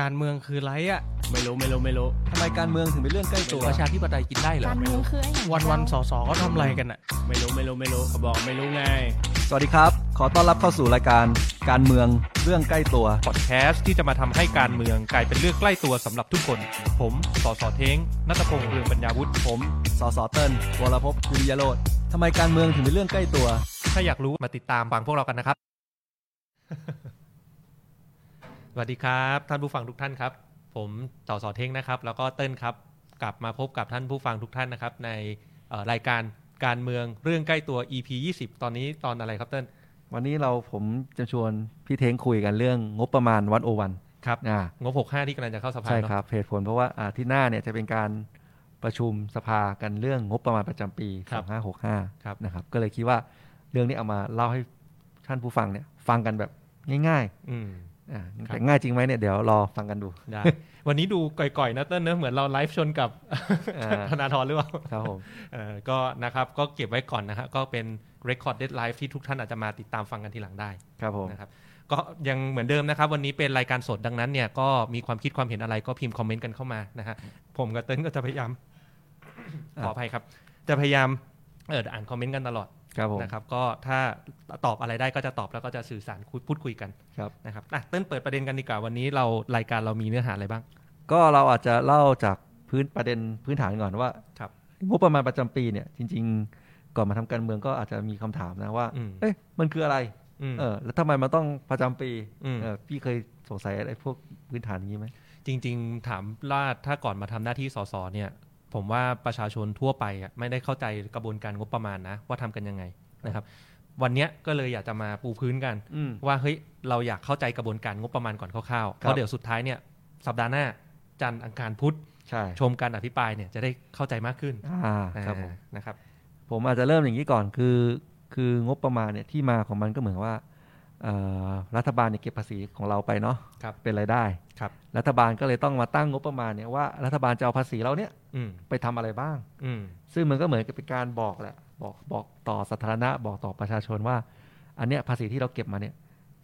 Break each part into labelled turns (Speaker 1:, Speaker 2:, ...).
Speaker 1: การเมืองคือไรอ่ะ
Speaker 2: ไม่รู้ไม่รู้ไม่รู้
Speaker 3: ทำไมการเมืองถึงเป็นเรื่องใกล้ตัว
Speaker 2: ประชาธิปไตยกินได้เหรอ
Speaker 4: การเมืองคือไอ้อย่าง
Speaker 1: วันวันๆสอสอก็ทำอะไรกันอ่ะ
Speaker 2: ไม่รู้ไม่รู้ไม่รู้เขาบอกไม่รู้ไง
Speaker 3: สวัสดีครับ ขอต้อนรับเข้าสู่รายการการเมืองเรื่องใกล้ตัว
Speaker 5: พอดแคสต์ที่จะมาทำให้การเมืองกลายเป็นเรื่องใกล้ตัวสำหรับทุกคน ผมสอสอเท้งนัตพงษ์เรืองปัญญาวุฒิ
Speaker 3: ผมสสเติ้ลวรพพคุริยโรธทำไมการเมืองถึงเป็นเรื่องใกล้ตัว
Speaker 5: ถ้าอยากรู้มาติดตามฟังพวกเรากันนะครับ สวัสดีครับ ท่านผู้ฟังทุกท่านครับ ผมสอสอเท้งนะครับ แล้วก็เติ้ลครับ กลับมาพบกับท่านผู้ฟังทุกท่านนะครับ ในเอ่อรายการการเมืองเรื่องใกล้ตัว EP 20 ตอนนี้ตอนอะไรครับเติ้ล
Speaker 3: วันนี้เราผมจะชวนพี่เท้งคุยกันเรื่องงบประมาณวันโอวัน
Speaker 5: ครับ
Speaker 3: อ่าง
Speaker 5: บ65ที่กำลังจะเข้าสภา
Speaker 3: ใช่
Speaker 5: เน
Speaker 3: ค
Speaker 5: อะ
Speaker 3: รับเหตุผลเพราะว่าอาที่หน้าเนี่ยจะเป็นการประชุมสภากันเรื่องงบประมาณประจำปี 2565
Speaker 5: ครับ
Speaker 3: นะครับก็เลยคิดว่าเรื่องนี้เอามาเล่าให้ท่านผู้ฟังเนี่ยฟังกันแบบง่าย
Speaker 5: อืม
Speaker 3: ๆอ่า
Speaker 5: ครับ
Speaker 3: แต่ง่ายจริงไหมเนี่ยเดี๋ยวรอฟังกันดู
Speaker 5: ได้ วันนี้ดูก่อยๆนะเติ้ลเนอะเหมือนเราไลฟ์ชนกับ
Speaker 3: อ่า
Speaker 5: ธนาธรหรือเปล่า
Speaker 3: ครับผม
Speaker 5: เอ่อก็นะครับก็เก็บไว้ก่อนนะฮะก็เป็น Recorded Live ที่ทุกท่านอาจจะมาติดตามฟังกันทีหลังได้
Speaker 3: ครับผม
Speaker 5: นะครับก็ยังเหมือนเดิมนะครับ วันนี้เป็นรายการสดดังนั้นเนี่ยก็มีความคิดความเห็นอะไรก็พิมพ์คอมเมนต์กันเข้ามานะฮะผมกับเติ้ลก็จะพยายาม
Speaker 3: อ่ะ
Speaker 5: ขออภัยครับ จะพยายามเอออ่านคอมเมนต์กันตลอด
Speaker 3: ครับผม
Speaker 5: นะครับก็ถ้าตอบอะไรได้ก็จะตอบแล้วก็จะสื่อสารคุยพูดคุยกัน
Speaker 3: ครับ
Speaker 5: นะครับอ่ะเติ้ลเปิดประเด็นกันดีกว่าวันนี้เรารายการเรามีเนื้อหาอะไรบ้าง
Speaker 3: ก็เราอาจจะเล่าจากพื้นประเด็นพื้นฐานก่อนว่า
Speaker 5: ครับ
Speaker 3: งบประมาณประจำปีเนี่ย จริง ๆ ก่อนมาทำการเมืองก็อาจจะมีคำถามนะว่า
Speaker 5: อืม
Speaker 3: เอ๊ะมันคืออะไร
Speaker 5: อืม
Speaker 3: เออ แล้วทำไมมันต้องประจำปี
Speaker 5: อืม
Speaker 3: เออพี่เคยสงสัยอะไรพวกพื้นฐานอย่างนี้ไหม
Speaker 5: จริงๆ ถามลาดถ้าก่อนมาทำหน้าที่สสเนี่ย ผมว่าประชาชนทั่วไปอะไม่ได้เข้าใจกระบวนการงบประมาณนะ ว่าทำกันยังไงนะครับ วันเนี้ยก็เลยอยากจะมาปูพื้นกัน
Speaker 3: อืม
Speaker 5: ว่าเฮ้ยเราอยากเข้าใจกระบวนการงบประมาณก่อนคร่าวๆเพ
Speaker 3: ครับ
Speaker 5: ราะเดี๋ยวสุดท้ายเนี่ยสัปดาห์หน้าจันทร์อังคารพุธ
Speaker 3: ใช่
Speaker 5: ชมการอภิปรายเนี่ยจะได้เข้าใจมากขึ้น
Speaker 3: อ่าครับผม
Speaker 5: อ่านะครับ
Speaker 3: ผมอาจจะเริ่มอย่างนี้ก่อนคือคืองบประมาณเนี่ยที่มาของมันก็เหมือนว่าเอ่อรัฐบาลเนี่ยเก็บภาษีของเราไปเนาะ
Speaker 5: ครับ
Speaker 3: เป็นรายได้
Speaker 5: ครับ
Speaker 3: รัฐบาลก็เลยต้องมาตั้งงบประมาณเนี่ยว่ารัฐบาลจะเอาภาษีเราเนี่ย
Speaker 5: อืม
Speaker 3: ไปทำอะไรบ้าง
Speaker 5: อืม
Speaker 3: ซึ่งมันก็เหมือนกับเป็นการบอกแหละบอกบอกต่อสาธารณะบอกต่อประชาชนว่า อันเนี้ยภาษีที่เราเก็บมาเนี่ย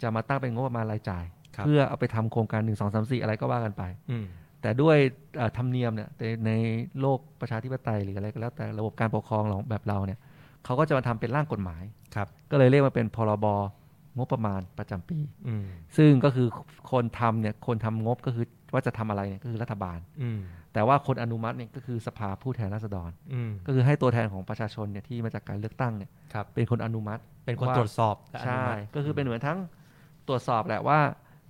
Speaker 3: จะมาตั้งเป็นงบประมาณรายจ่าย
Speaker 5: ครับ
Speaker 3: เพื่อเอาไปทำโครงการ1 2 3 4 อะไรก็ว่ากันไป
Speaker 5: อืม
Speaker 3: แต่ด้วยเอ่อธรรมเนียมเนี่ยในในโลกประชาธิปไตยหรืออะไรก็แล้วแต่ระบบการปกครองของแบบเราเนี่ยเขาก็จะมาทำเป็นร่างกฎหมาย
Speaker 5: ครับ
Speaker 3: ก็เลยเรียกมาเป็นพรบงบประมาณประจำปี
Speaker 5: อืม
Speaker 3: ซึ่งก็คือคนทำเนี่ยคนทำงบก็คือว่าจะทำอะไรเนี่ยก็คือรัฐบาล
Speaker 5: อืม
Speaker 3: แต่ว่าคนอนุมัติเนี่ยก็คือสภาผู้แทนราษฎร
Speaker 5: อืม
Speaker 3: ก็คือให้ตัวแทนของประชาชนเนี่ยที่มาจากการเลือกตั้งเนี่ย
Speaker 5: ครับ
Speaker 3: เป็นคนอนุมัติ
Speaker 5: เป็นคน
Speaker 3: ว่า
Speaker 5: ตรวจสอบและอนุ
Speaker 3: ใช่
Speaker 5: มัติ
Speaker 3: ก็คือเป็นเหมือนทั้งตรวจสอบแหละว่า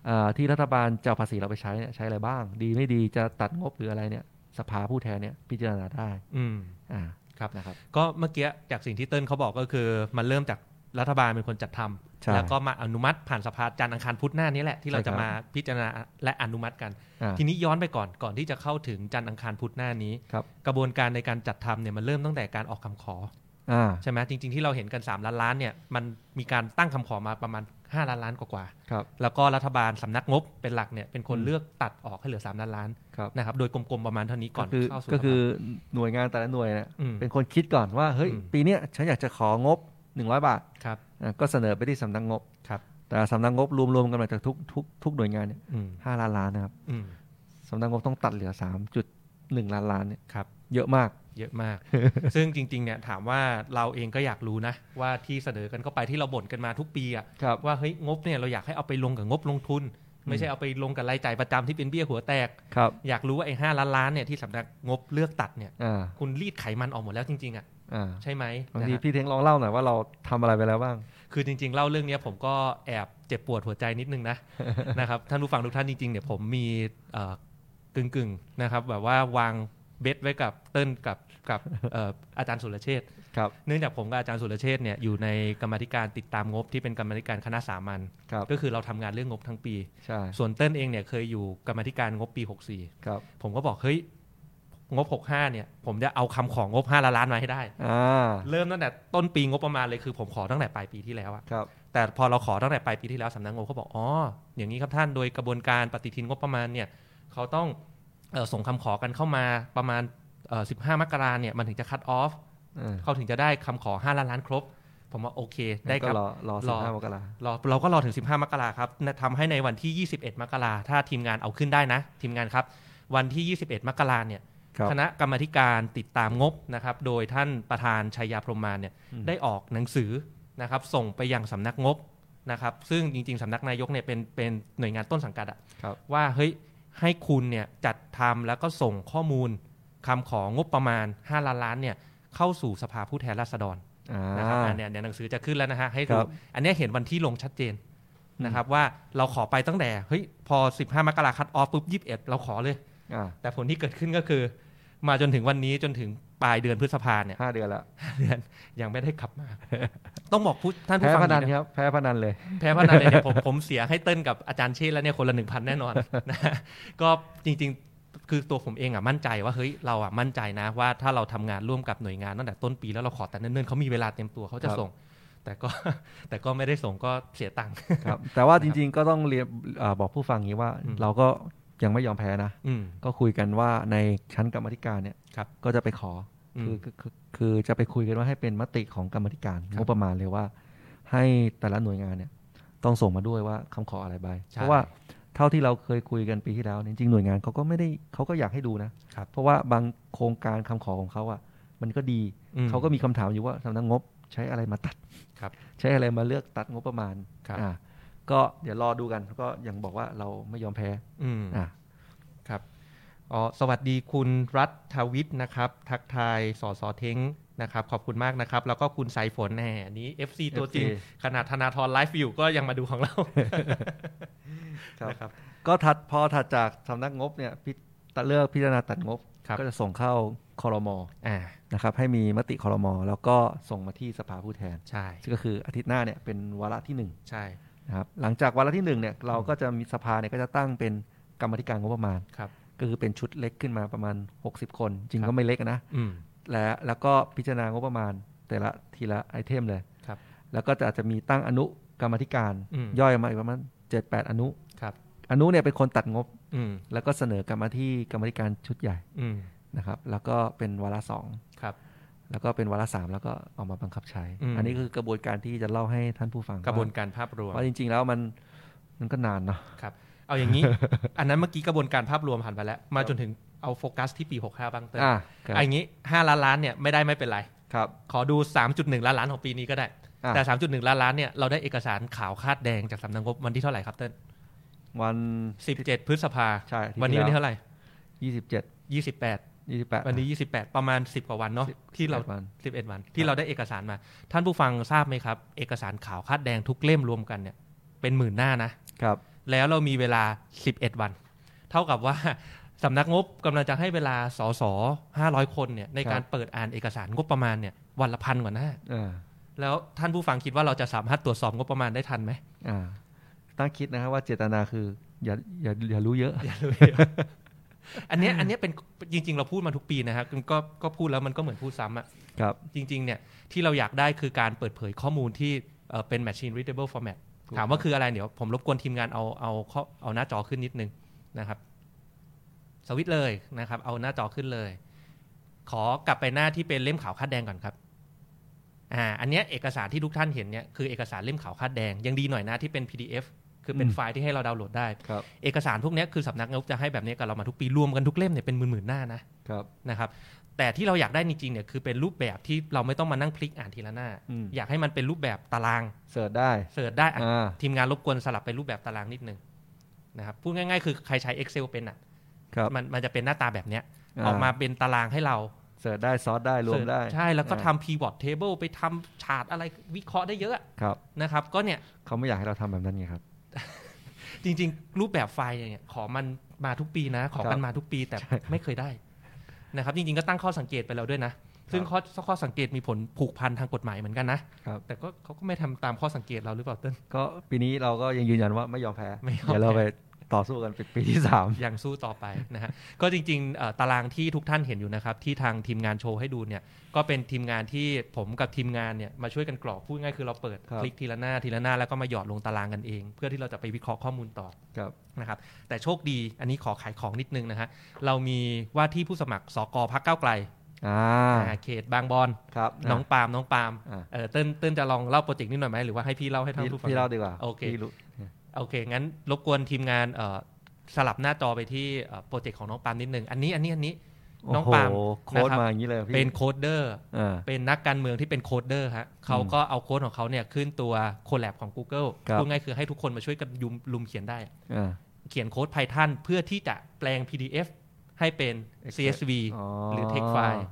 Speaker 3: เอ่อที่รัฐบาลจะเอาภาษีเราไปใช้เนี่ยใช้อะไรบ้าง ดีไม่ดีจะตัดงบหรืออะไรเนี่ยสภาผู้แทนเนี่ยพิจารณาได้
Speaker 5: อืม
Speaker 3: อ่า
Speaker 5: ครับ
Speaker 3: นะครับ
Speaker 5: ก็เมื่อกี้จากสิ่งที่เติ้ลเขาบอกก็คือมันเริ่มจากรัฐบาลเป็นคนจัดทำ
Speaker 3: ใช่
Speaker 5: แล้วก็มาอนุมัติผ่านสภาจันทร์อังคารพุธหน้านี้แหละที่เรา
Speaker 3: ใช่ครั
Speaker 5: จะ
Speaker 3: บ
Speaker 5: มาพิจารณาและอนุมัติกัน
Speaker 3: อ่า
Speaker 5: ทีนี้ย้อนไปก่อนก่อนที่จะเข้าถึงจันทร์อังคารพุธหน้านี้
Speaker 3: ครับ
Speaker 5: กระบวนการในการจัดทำเนี่ยมันเริ่มตั้งแต่การออกคำขอ
Speaker 3: อ่า
Speaker 5: ใช่ไหมจริง ๆที่เราเห็นกัน 3 ล้านล้านเนี่ยมันมีการตั้งคำขอมาประมาณ 5 ล้านล้านกว่า
Speaker 3: ครับ
Speaker 5: ๆแล้วก็รัฐบาลสำนักงบเป็นหลักเนี่ยเป็นคน
Speaker 3: อืม
Speaker 5: เลือกตัดออกให้เหลือ 3 ล้านล้าน
Speaker 3: ครับ
Speaker 5: นะครับโดยกลมๆประมาณเท่านี้ก่
Speaker 3: ก็
Speaker 5: อน
Speaker 3: คือ
Speaker 5: เข้าสู่
Speaker 3: ก็คือหน่วยงานแต่ละหน่วยเนี่ย
Speaker 5: อืม
Speaker 3: เป็นคนคิดก่อนว่าเฮ้ย
Speaker 5: อืม
Speaker 3: ปีเนี้ยฉันอยากจะของบ 100 บาท
Speaker 5: ครับ
Speaker 3: อ่ะก็เสนอไปที่สำนักงบ
Speaker 5: ครับ
Speaker 3: แต่สำนักงบรวมๆกันมาจากทุกทุกทุกหน่วยงานเนี่ย
Speaker 5: อืม
Speaker 3: ห้าล้านล้านนะครับ
Speaker 5: อืม
Speaker 3: สำนักงบต้องตัดเหลือ 3.1 ล้านล้านเนี่ย
Speaker 5: ครับ
Speaker 3: เยอะมาก
Speaker 5: เยอะ มาก ซึ่งจริงๆ เนี่ยถามว่าเราเองก็อยากรู้นะ ว่าที่เสนอกันเข้าไปที่เราบ่นกันมาทุกปีอะ
Speaker 3: ครับ
Speaker 5: ว่าเฮ้ยงบเนี่ยเราอยากให้เอาไปลงกับงบลงทุน ไม่ใช่เอาไปลงกับรายจ่ายประจำที่เป็นเบี้ยหัวแตก
Speaker 3: ครับ
Speaker 5: อยากรู้ว่าไอ้ห้าล้านล้านเนี่ยที่สำนักงบเลือกตัดเนี่ย
Speaker 3: อ่า
Speaker 5: คุณรีดไขมันออกหมดแล้วจริงๆอะ
Speaker 3: อ่า
Speaker 5: ใช่ไหม
Speaker 3: บาง
Speaker 5: นะ
Speaker 3: ที
Speaker 5: ฮะ
Speaker 3: พี่เท้งลองเล่าหน่อยว่าเราทำอะไรไปแล้วบ้าง
Speaker 5: คือจริงๆเล่าเรื่องเนี้ยผมก็แอบเจ็บปวดหัวใจนิดนึงนะ นะครับท่านผู้ฟังทุกท่านจริงๆเนี่ยผมมีเอ่อกึ่งๆนะครับแบบว่าวางเบ็ดไว้กับเติ้ลกับกับเอ่ออาจารย์สุรเชษฐ
Speaker 3: ครับ
Speaker 5: เนื่องจากผมกับอาจารย์สุรเชษฐ์เนี่ยอยู่ในกรรมาธิการติดตามงบที่เป็นกรรมาธิการคณะสามัญ
Speaker 3: ครับ
Speaker 5: ก็คือเราทำงานเรื่องงบทั้งปี
Speaker 3: ใช่
Speaker 5: ส่วนเต้นเองเนี่ยเคยอยู่กรรมาธิการงบปี
Speaker 3: ครับ
Speaker 5: 64 ผมก็บอกเฮ้ยงบ 65 เนี่ย ผมจะเอาคำของงบ5ล้านล้านมาให้ได้
Speaker 3: อ่า
Speaker 5: เริ่มตั้งแต่ต้นปีงบประมาณเลยคือผมขอตั้งแต่ปลายปีที่แล้วอะ
Speaker 3: ครับ
Speaker 5: แต่พอเราขอตั้งแต่ปลายปีที่แล้วสำนักงบเขาบอกอ๋ออย่างนี้ครับท่านโดยกระบวนการปฏิทินงบประมาณเนี่ยเขาต้องเอ่อส่งคำขอกันเข้ามาประมาณเอ่อ15 มกราเนี่ยมันถึงจะคัดออฟ
Speaker 3: อ่า
Speaker 5: เขาถึงจะได้คำขอ 5 ล้านล้านครบ ผมว่าโอเค ได้ค
Speaker 3: ก็
Speaker 5: รับ
Speaker 3: รอรอ
Speaker 5: ร
Speaker 3: สิ
Speaker 5: อ
Speaker 3: บห้ามกรา
Speaker 5: รอเราก็รอถึง 15 มกราครับนะทำให้ในวันที่ 21 มกราถ้าทีมงานเอาขึ้นได้นะ ทีมงานครับ วันที่ 21 มกราเนี่ย
Speaker 3: ครับ
Speaker 5: คณะกรรมาธิการติดตามงบนะครับ โดยท่านประธานชัยยาพรหมมานเนี่ย ได้ออกหนังสือนะครับ ส่งไปยังสำนักงบนะครับ ซึ่งจริง ๆสำนักนายกเนี่ยเป็นเป็นหน่วยงานต้นสังกัดอะ
Speaker 3: ครับ
Speaker 5: ว่าเฮ้ยให้คุณเนี่ยจัดทำแล้วก็ส่งข้อมูลคำของงบประมาณ 5 ล้านล้านเนี่ยเข้าสู่สภาผู้แทนราษฎร
Speaker 3: อ่า
Speaker 5: นะครับอันเนี้ยเดี๋ยวหนังสือจะขึ้นแล้วนะฮะให้
Speaker 3: ค
Speaker 5: ดู
Speaker 3: รับ
Speaker 5: อันเนี้ยเห็นวันที่ลงชัดเจนนะครับว่าเราขอไปตั้งแต่เฮ้ยพอ 15 มกราคัดออฟปุ๊บ21 เราขอเลย
Speaker 3: อ่า
Speaker 5: แต่ผลที่เกิดขึ้นก็คือ มาจนถึงวันนี้จนถึงปลายเดือนพฤษภาเนี่ย
Speaker 3: ห้าเดือนละ
Speaker 5: เดือนยังไม่ได้กลับมา ต้องบอกผู้ท่านผู้
Speaker 3: แพ้
Speaker 5: ฟัง
Speaker 3: พ
Speaker 5: อย่าง
Speaker 3: นัน
Speaker 5: นี้นะ
Speaker 3: ครับแพ้พนันเลย
Speaker 5: แพ้พนันเลยเนี่ยผมผมเสียให้เติ้ลกับอาจารย์เชษฐ์แล้วเนี่ยคนละหนึ่งพันแน่น อน นะก็จริงๆ คือตัวผมเองอ่ะมั่นใจว่าเฮ้ยเราอ่ะมั่นใจนะว่าถ้าเราทำงานร่วมกับหน่วยงานตั้งแต่ต้นปีแล้วเราขอแต่เนิ่นๆเขามีเวลาเตรียมตัวเขาจะ
Speaker 3: ครับ
Speaker 5: ส่ง แต่ก็ แต่ก็ไม่ได้ส่งก็เสียตังค์
Speaker 3: ครับ แต่ว่าจริงๆก็ต้องเรียนเอ่อบอกผู้ฟังอย่างนี้ว่า
Speaker 5: อืม
Speaker 3: เราก็ยังไม่ยอมแพ้นะ
Speaker 5: อืม
Speaker 3: ก็คุยกันว่าในชั้นกรรมาธิการเนี่ย
Speaker 5: ครับ
Speaker 3: ก็จะไปขออ
Speaker 5: ม
Speaker 3: คือคือคือคือจะไปคุยกันว่าให้เป็นมติของกรรมาธิการ
Speaker 5: ครับ
Speaker 3: งบประมาณเลยว่า ให้แต่ละหน่วยงานเนี่ยต้องส่งมาด้วยว่าคำขออะไรไป
Speaker 5: ใช่
Speaker 3: เพราะว่าเท่าที่เราเคยคุยกันปีที่แล้วเนี่ยจริงๆหน่วยงานเขาก็ไม่ได้เขาก็อยากให้ดูนะครับ เพราะว่าบางโครงการคำขอของเขาอ่ะมันก็ดี
Speaker 5: อื
Speaker 3: เขาก็มีคำถามอยู่ว่าสำนักงบใช้อะไรมาตัด
Speaker 5: ครับ
Speaker 3: ใช้อะไรมาเลือกตัดงบประมาณ
Speaker 5: ครับ
Speaker 3: อ่าก็เดี๋ยวรอดูกันก็ยังบอกว่าเราไม่ยอมแพ้
Speaker 5: อืม
Speaker 3: อ่า
Speaker 5: ครับอ๋อสวัสดีคุณรัฐทวิทย์นะครับ ทักทายสอสอเท้งนะครับ ขอบคุณมากนะครับ แล้วก็คุณสายฝนแหน่อันนี้ FC ตัว
Speaker 3: FC
Speaker 5: จริง ขนาดธนาธรไลฟ์อยู่ก็ยังมาดูของเรา
Speaker 3: ครับ
Speaker 5: นะครับ
Speaker 3: ก็ถัดพอถัดจากสำนักงบเนี่ยพิจเลือกพิจารณาตัดงบ
Speaker 5: ครับ
Speaker 3: ก็จะส่งเข้าคอรมอ
Speaker 5: อ่า
Speaker 3: นะครับให้มีมติคอรมอแล้วก็ส่งมาที่สภาผู้แทน
Speaker 5: ใช่
Speaker 3: ซึ่งก็คืออาทิตย์หน้าเนี่ยเป็นวาระที่หนึ่ง
Speaker 5: ใช่
Speaker 3: นะครับหลังจากวาระที่หนึ่งเนี่ยเราก็จะมีสภาเนี่ยก็จะตั้งเป็นกรรมธิการงบประมาณ
Speaker 5: ครับ
Speaker 3: ก็คือเป็นชุดเล็กขึ้นมาประมาณ 60 คน จริง
Speaker 5: ครับ
Speaker 3: ก็ไม่เล็กนะ
Speaker 5: อืม
Speaker 3: และแล้วก็พิจารณางบประมาณ แต่ละทีละไอเทมเลย
Speaker 5: ครับ
Speaker 3: แล้วก็จะอาจจะมีตั้งอนุกรรมธิการ
Speaker 5: อืม
Speaker 3: ย่อยออกมาอีกประมาณ7-8 อนุ
Speaker 5: ครับ
Speaker 3: อนุเนี่ยเป็นคนตัดงบ
Speaker 5: อืม
Speaker 3: แล้วก็เสนอกรรมาที่กรรมาธิการชุดใหญ่
Speaker 5: อืม
Speaker 3: นะครับ แล้วก็เป็นวาระสอง
Speaker 5: ครับ
Speaker 3: แล้วก็เป็นวาระสามแล้วก็เออกมาบังคับใช้
Speaker 5: อืม
Speaker 3: อันนี้คือกระบวนการที่จะเล่าให้ท่านผู้ฟัง
Speaker 5: กระบวนการภาพรวม
Speaker 3: ว่าจริง ๆ แล้วมันมันก็นานเนาะ
Speaker 5: เอา อย่างนี้ อันนั้นเมื่อกี้กระบวนการภาพรวมผ่านไปแล้ว มาจนถึงเอาโฟกัสที่ปี 65 บ้างเต้ล
Speaker 3: อ่าค
Speaker 5: อั
Speaker 3: รับ
Speaker 5: นนี้ 5 ล้านล้านเนี่ยไม่ได้ไม่เป็นไร
Speaker 3: ครับ
Speaker 5: ขอดู 3.1 ล้านล้านของปีนี้ก็ได้
Speaker 3: อ่ะ
Speaker 5: แต่ 3.1 ล้านล้านเนี่ย เราได้เอกสารขาวคาดแดงจากสำนักงบวันที่เท่าไหร่ครับเต้ล
Speaker 3: วัน
Speaker 5: 17 พฤษภา
Speaker 3: ใช่
Speaker 5: วันนี้วันที่เท่าไหร่
Speaker 3: ยี่สิบเจ็ด
Speaker 5: 28
Speaker 3: ยี่สิบแปด
Speaker 5: วันนี้ 28 ประมาณ 10 กว่าวันเนาะ
Speaker 3: สิบ
Speaker 5: ที่เรา
Speaker 3: วัน
Speaker 5: 11 วัน ที่เราได้เอกสารมา ท่านผู้ฟังทราบไหมครับ เอกสารขาวคาดแดงทุกเล่มรวมกันเนี่ย เป็นหมื่นหน้านะ
Speaker 3: ครับ
Speaker 5: แล้วเรามีเวลา 11 วัน เท่ากับว่า สำนักงบกำลังจะให้เวลาสส500 คนเนี่ยในการเปิดอ่านเอกสารงบประมาณเนี่ยวันละพันกว่าหน้า
Speaker 3: อ่า
Speaker 5: แล้วท่านผู้ฟังคิดว่าเราจะสามารถตรวจสอบงบประมาณได้ทันไหม
Speaker 3: อ่าตั้งคิดนะครับว่าเจตนาคืออย่าอย่าอย่ารู้เยอะ
Speaker 5: อย่าเลย อันเนี้ยอันเนี้ยเป็นจริง ๆ เราพูดมาทุกปีนะครับก็ก็พูดแล้วมันก็เหมือนพูดซ้ำอะ
Speaker 3: ครับ
Speaker 5: จริง ๆ เนี่ยที่เราอยากได้คือการเปิดเผยข้อมูลที่เอ่อเป็น machine readable format
Speaker 3: ถูก
Speaker 5: ถามว่าคืออะไรเดี๋ยวผมรบกวนทีมงานเอาเอาข้อเอาหน้าจอขึ้นนิดนึงนะครับ สวิตช์เลยนะครับ เอาหน้าจอขึ้นเลย ขอกลับไปหน้าที่เป็นเล่มขาวคาดแดงก่อนครับ อ่า อันเนี้ยเอกสารที่ทุกท่านเห็นเนี่ยคือเอกสารเล่มขาวคาดแดงยังดีหน่อยนะที่เป็น PDF คือเป็น
Speaker 3: อืม
Speaker 5: ไฟล์ที่ให้เราดาวน์โหลดได้
Speaker 3: ครับ
Speaker 5: เอกสารพวกเนี้ยคือสำนักงบจะให้แบบเนี้ยกับเรามาทุกปีรวมกันทุกเล่มเนี่ยเป็นหมื่นๆหน้านะครับ นะครับแต่ที่เราอยากได้จริงๆเนี่ยคือเป็นรูปแบบที่เราไม่ต้องมานั่งพลิกอ่านทีละหน้า
Speaker 3: อืม
Speaker 5: อยากให้มันเป็นรูปแบบตาราง
Speaker 3: เสิร์ชได้
Speaker 5: เสิร์ชได้อ่ะ
Speaker 3: อ่า
Speaker 5: ทีมงานรบกวนสลับไปรูปแบบตารางนิดนึงนะครับพูดง่ายๆคือใครใช้ Excel เป็นอ่ะ
Speaker 3: ครับ
Speaker 5: มันมันจะเป็นหน้าตาแบบเนี้ยออกมาเป็นตารางให้เรา
Speaker 3: เสิร์ชได้ซอสได้รวมได้
Speaker 5: ใช่แล้วก็ทำ pivot table ไปทำฉาดอะไรวิเคราะห์ได้เยอะ
Speaker 3: ครับ
Speaker 5: นะครับก็เนี่ย
Speaker 3: เขาไม่อยากให้เราทำแบบนั้นไงครับ
Speaker 5: จริงๆ รูปแบบไฟล์เนี่ยขอมันมาทุกปีนะ ขอมันมาทุกปีแต่ไม่เคยได้นะครับ จริงๆ ก็ตั้งข้อสังเกตไปแล้วด้วยนะ ซึ่งข้อข้อสังเกตมีผลผูกพันทางกฎหมายเหมือนกันนะครับ แต่ก็เขาก็ไม่ทำตามข้อสังเกตเราหรือเปล่ าเต้น
Speaker 3: ก็ปีนี้เราก็ยังยืนยันว่าไม่ยอมแพ้
Speaker 5: ไม่ยอม
Speaker 3: เดี๋ยวเราไปต่อสู้กันเป็นปีที่สาม
Speaker 5: ยังสู้ต่อไปนะฮะ ก็จริงๆเอ่อตารางที่ทุกท่านเห็นอยู่นะครับ ที่ทางทีมงานโชว์ให้ดูเนี่ย ก็เป็นทีมงานที่ผมกับทีมงานเนี่ยมาช่วยกันกรอกพูดง่ายคือเราเปิดคลิกทีละหน้าทีละหน้าแล้วก็มาหยอดลงตารางกันเอง เพื่อที่เราจะไปวิเคราะห์ข้อมูลต่อ
Speaker 3: ครับ
Speaker 5: นะครับแต่โชคดีอันนี้ขอขายของนิดนึงนะฮะเรามีว่าที่ผู้สมัครสกพักเก้าวไกล
Speaker 3: อ่า
Speaker 5: อ่าเขตบางบอน
Speaker 3: ครับะ
Speaker 5: น้องปาล์มน้องปาล์ม
Speaker 3: อ่า
Speaker 5: เออเติ้ลเติ้ลจะลองเล่าโปรเจกต์นี้หน่อยไหมหรือว่าให้พี่เล่าให้ท่าน
Speaker 3: พี่
Speaker 5: ผู้ฟัง
Speaker 3: พี่เล่าดีกว่า
Speaker 5: โอเค
Speaker 3: พี่รู้
Speaker 5: โอเค งั้นรบกวนทีมงานเอ่อสลับหน้าจอไปที่เอ่อโปรเจกต์ของน้องปาล์มนิดนึง อันนี้อันนี้อันนี้ น้องปาล์ม
Speaker 3: โโหโค้ด
Speaker 5: นะครับ
Speaker 3: มาอย่างนี้เลยพี่
Speaker 5: เป็นโคดเดอร์
Speaker 3: อ่า
Speaker 5: เป็นนักการเมืองที่เป็นโคดเดอร์ฮะเขาก็เอาโค้ดของเขาเนี่ยขึ้นตัวโคแลบของ Google
Speaker 3: ครับ
Speaker 5: พูดง่ายคือให้ทุกคนมาช่วยกันยุมลุมเขียนได้
Speaker 3: อ่า
Speaker 5: เขียนโค้ด Python เพื่อที่จะแปลง PDF ให้เป็น CSV
Speaker 3: อ๋อ
Speaker 5: หรือ Text File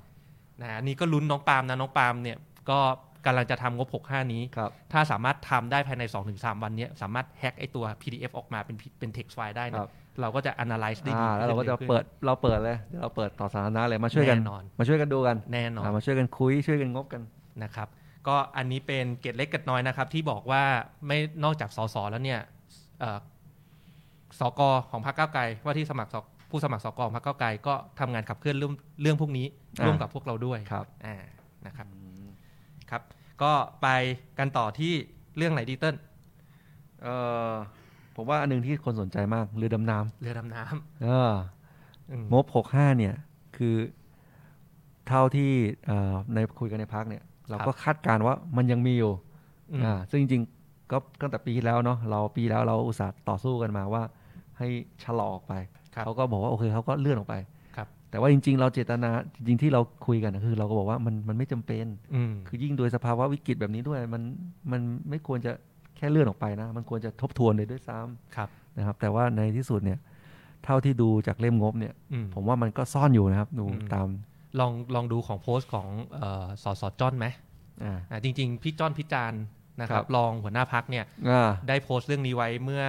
Speaker 5: นะอันนี่ก็ลุ้นน้องปาล์มนะน้องปาล์มเนี่ยก็กำลังจะทำงบ 65 นี้
Speaker 3: ครับ
Speaker 5: ถ้าสามารถทำได้ภายใน 2-3 วันเนี้ยสามารถแฮ็กไอตัว PDF ออกมาเป็นเป็น text file ได้
Speaker 3: ค
Speaker 5: เนะ
Speaker 3: รับ
Speaker 5: เราก็จะ analyze ได้
Speaker 3: อ่า
Speaker 5: ดี
Speaker 3: แล้วเราก็จะ
Speaker 5: ขึ้น
Speaker 3: เปิดเราเปิดเลยเดี๋ยวเราเปิดต่อสาธารณะเลยมาช่วยกัน
Speaker 5: แน่นอน
Speaker 3: มาช่วยกันดูกัน
Speaker 5: แน่นอน
Speaker 3: อ่ามาช่วยกันคุยช่วยกันงบกัน
Speaker 5: นะครับก็อันนี้เป็นเกร็ดเล็กเกร็ดน้อยนะครับ ที่บอกว่าไม่นอกจากสสแล้วเนี่ยเอ่อสกของพรรคก้าวไกลว่าที่สมัครสผู้สมัครสกของพรรคก้าวไกลก็ทำงานขับเคลื่อนเรื่องเรื่องพวกนี้
Speaker 3: อ่า
Speaker 5: ร่วมกับพวกเราด้วย
Speaker 3: ครับ
Speaker 5: อ่านะครับครับ ก็ไปกันต่อที่เรื่องไหนดีเติ้ล
Speaker 3: เออผมว่าอันหนึงที่คนสนใจมากเรือดำน้
Speaker 5: เรือดำน้
Speaker 3: ำเออ
Speaker 5: ำอืม
Speaker 3: งบหกห้าเนี่ย คือเท่าที่เอ่อในคุยกันในพักเนี่ย เราก็คาดการณ์ว่ามันยังมีอยู่
Speaker 5: อืม
Speaker 3: อ่าซึ่งจริงๆก็ตั้งแต่ปีที่แล้วเนาะเราปีแล้วเราอุตส่าห์ต่อสู้กันมาว่า ให้ชะลอออกไป
Speaker 5: ครับ
Speaker 3: เขาก็บอกว่าโอเคเขาก็เลื่อนออกไป
Speaker 5: ครับ
Speaker 3: แต่ว่าจริง ๆ เราเจตนาจริงๆที่เราคุยกันนะคือเราก็บอกว่ามันมันไม่จำเป็น
Speaker 5: อืม
Speaker 3: คือยิ่งโดยสภาวะวิกฤตแบบนี้ด้วย มันมันไม่ควรจะแค่เลื่อนออกไปนะ มันควรจะทบทวนเลยด้วยซ้ำ
Speaker 5: ครับ
Speaker 3: นะครับแต่ว่าในที่สุดเนี่ยเท่าที่ดูจากเล่มงบเนี่ย
Speaker 5: อืม
Speaker 3: ผมว่ามันก็ซ่อนอยู่นะครับ ดู
Speaker 5: อืม
Speaker 3: ตาม
Speaker 5: ลองลองดูของโพสต์ของเอ่อสสจอนไหม
Speaker 3: อ่า
Speaker 5: อ่าจริง ๆ พี่จอนพิจารณ์นะครั
Speaker 3: ครับ บ
Speaker 5: รองหัวหน้าพักเนี่ย
Speaker 3: อ่า
Speaker 5: ได้โพสต์เรื่องนี้ไว้เมื่อ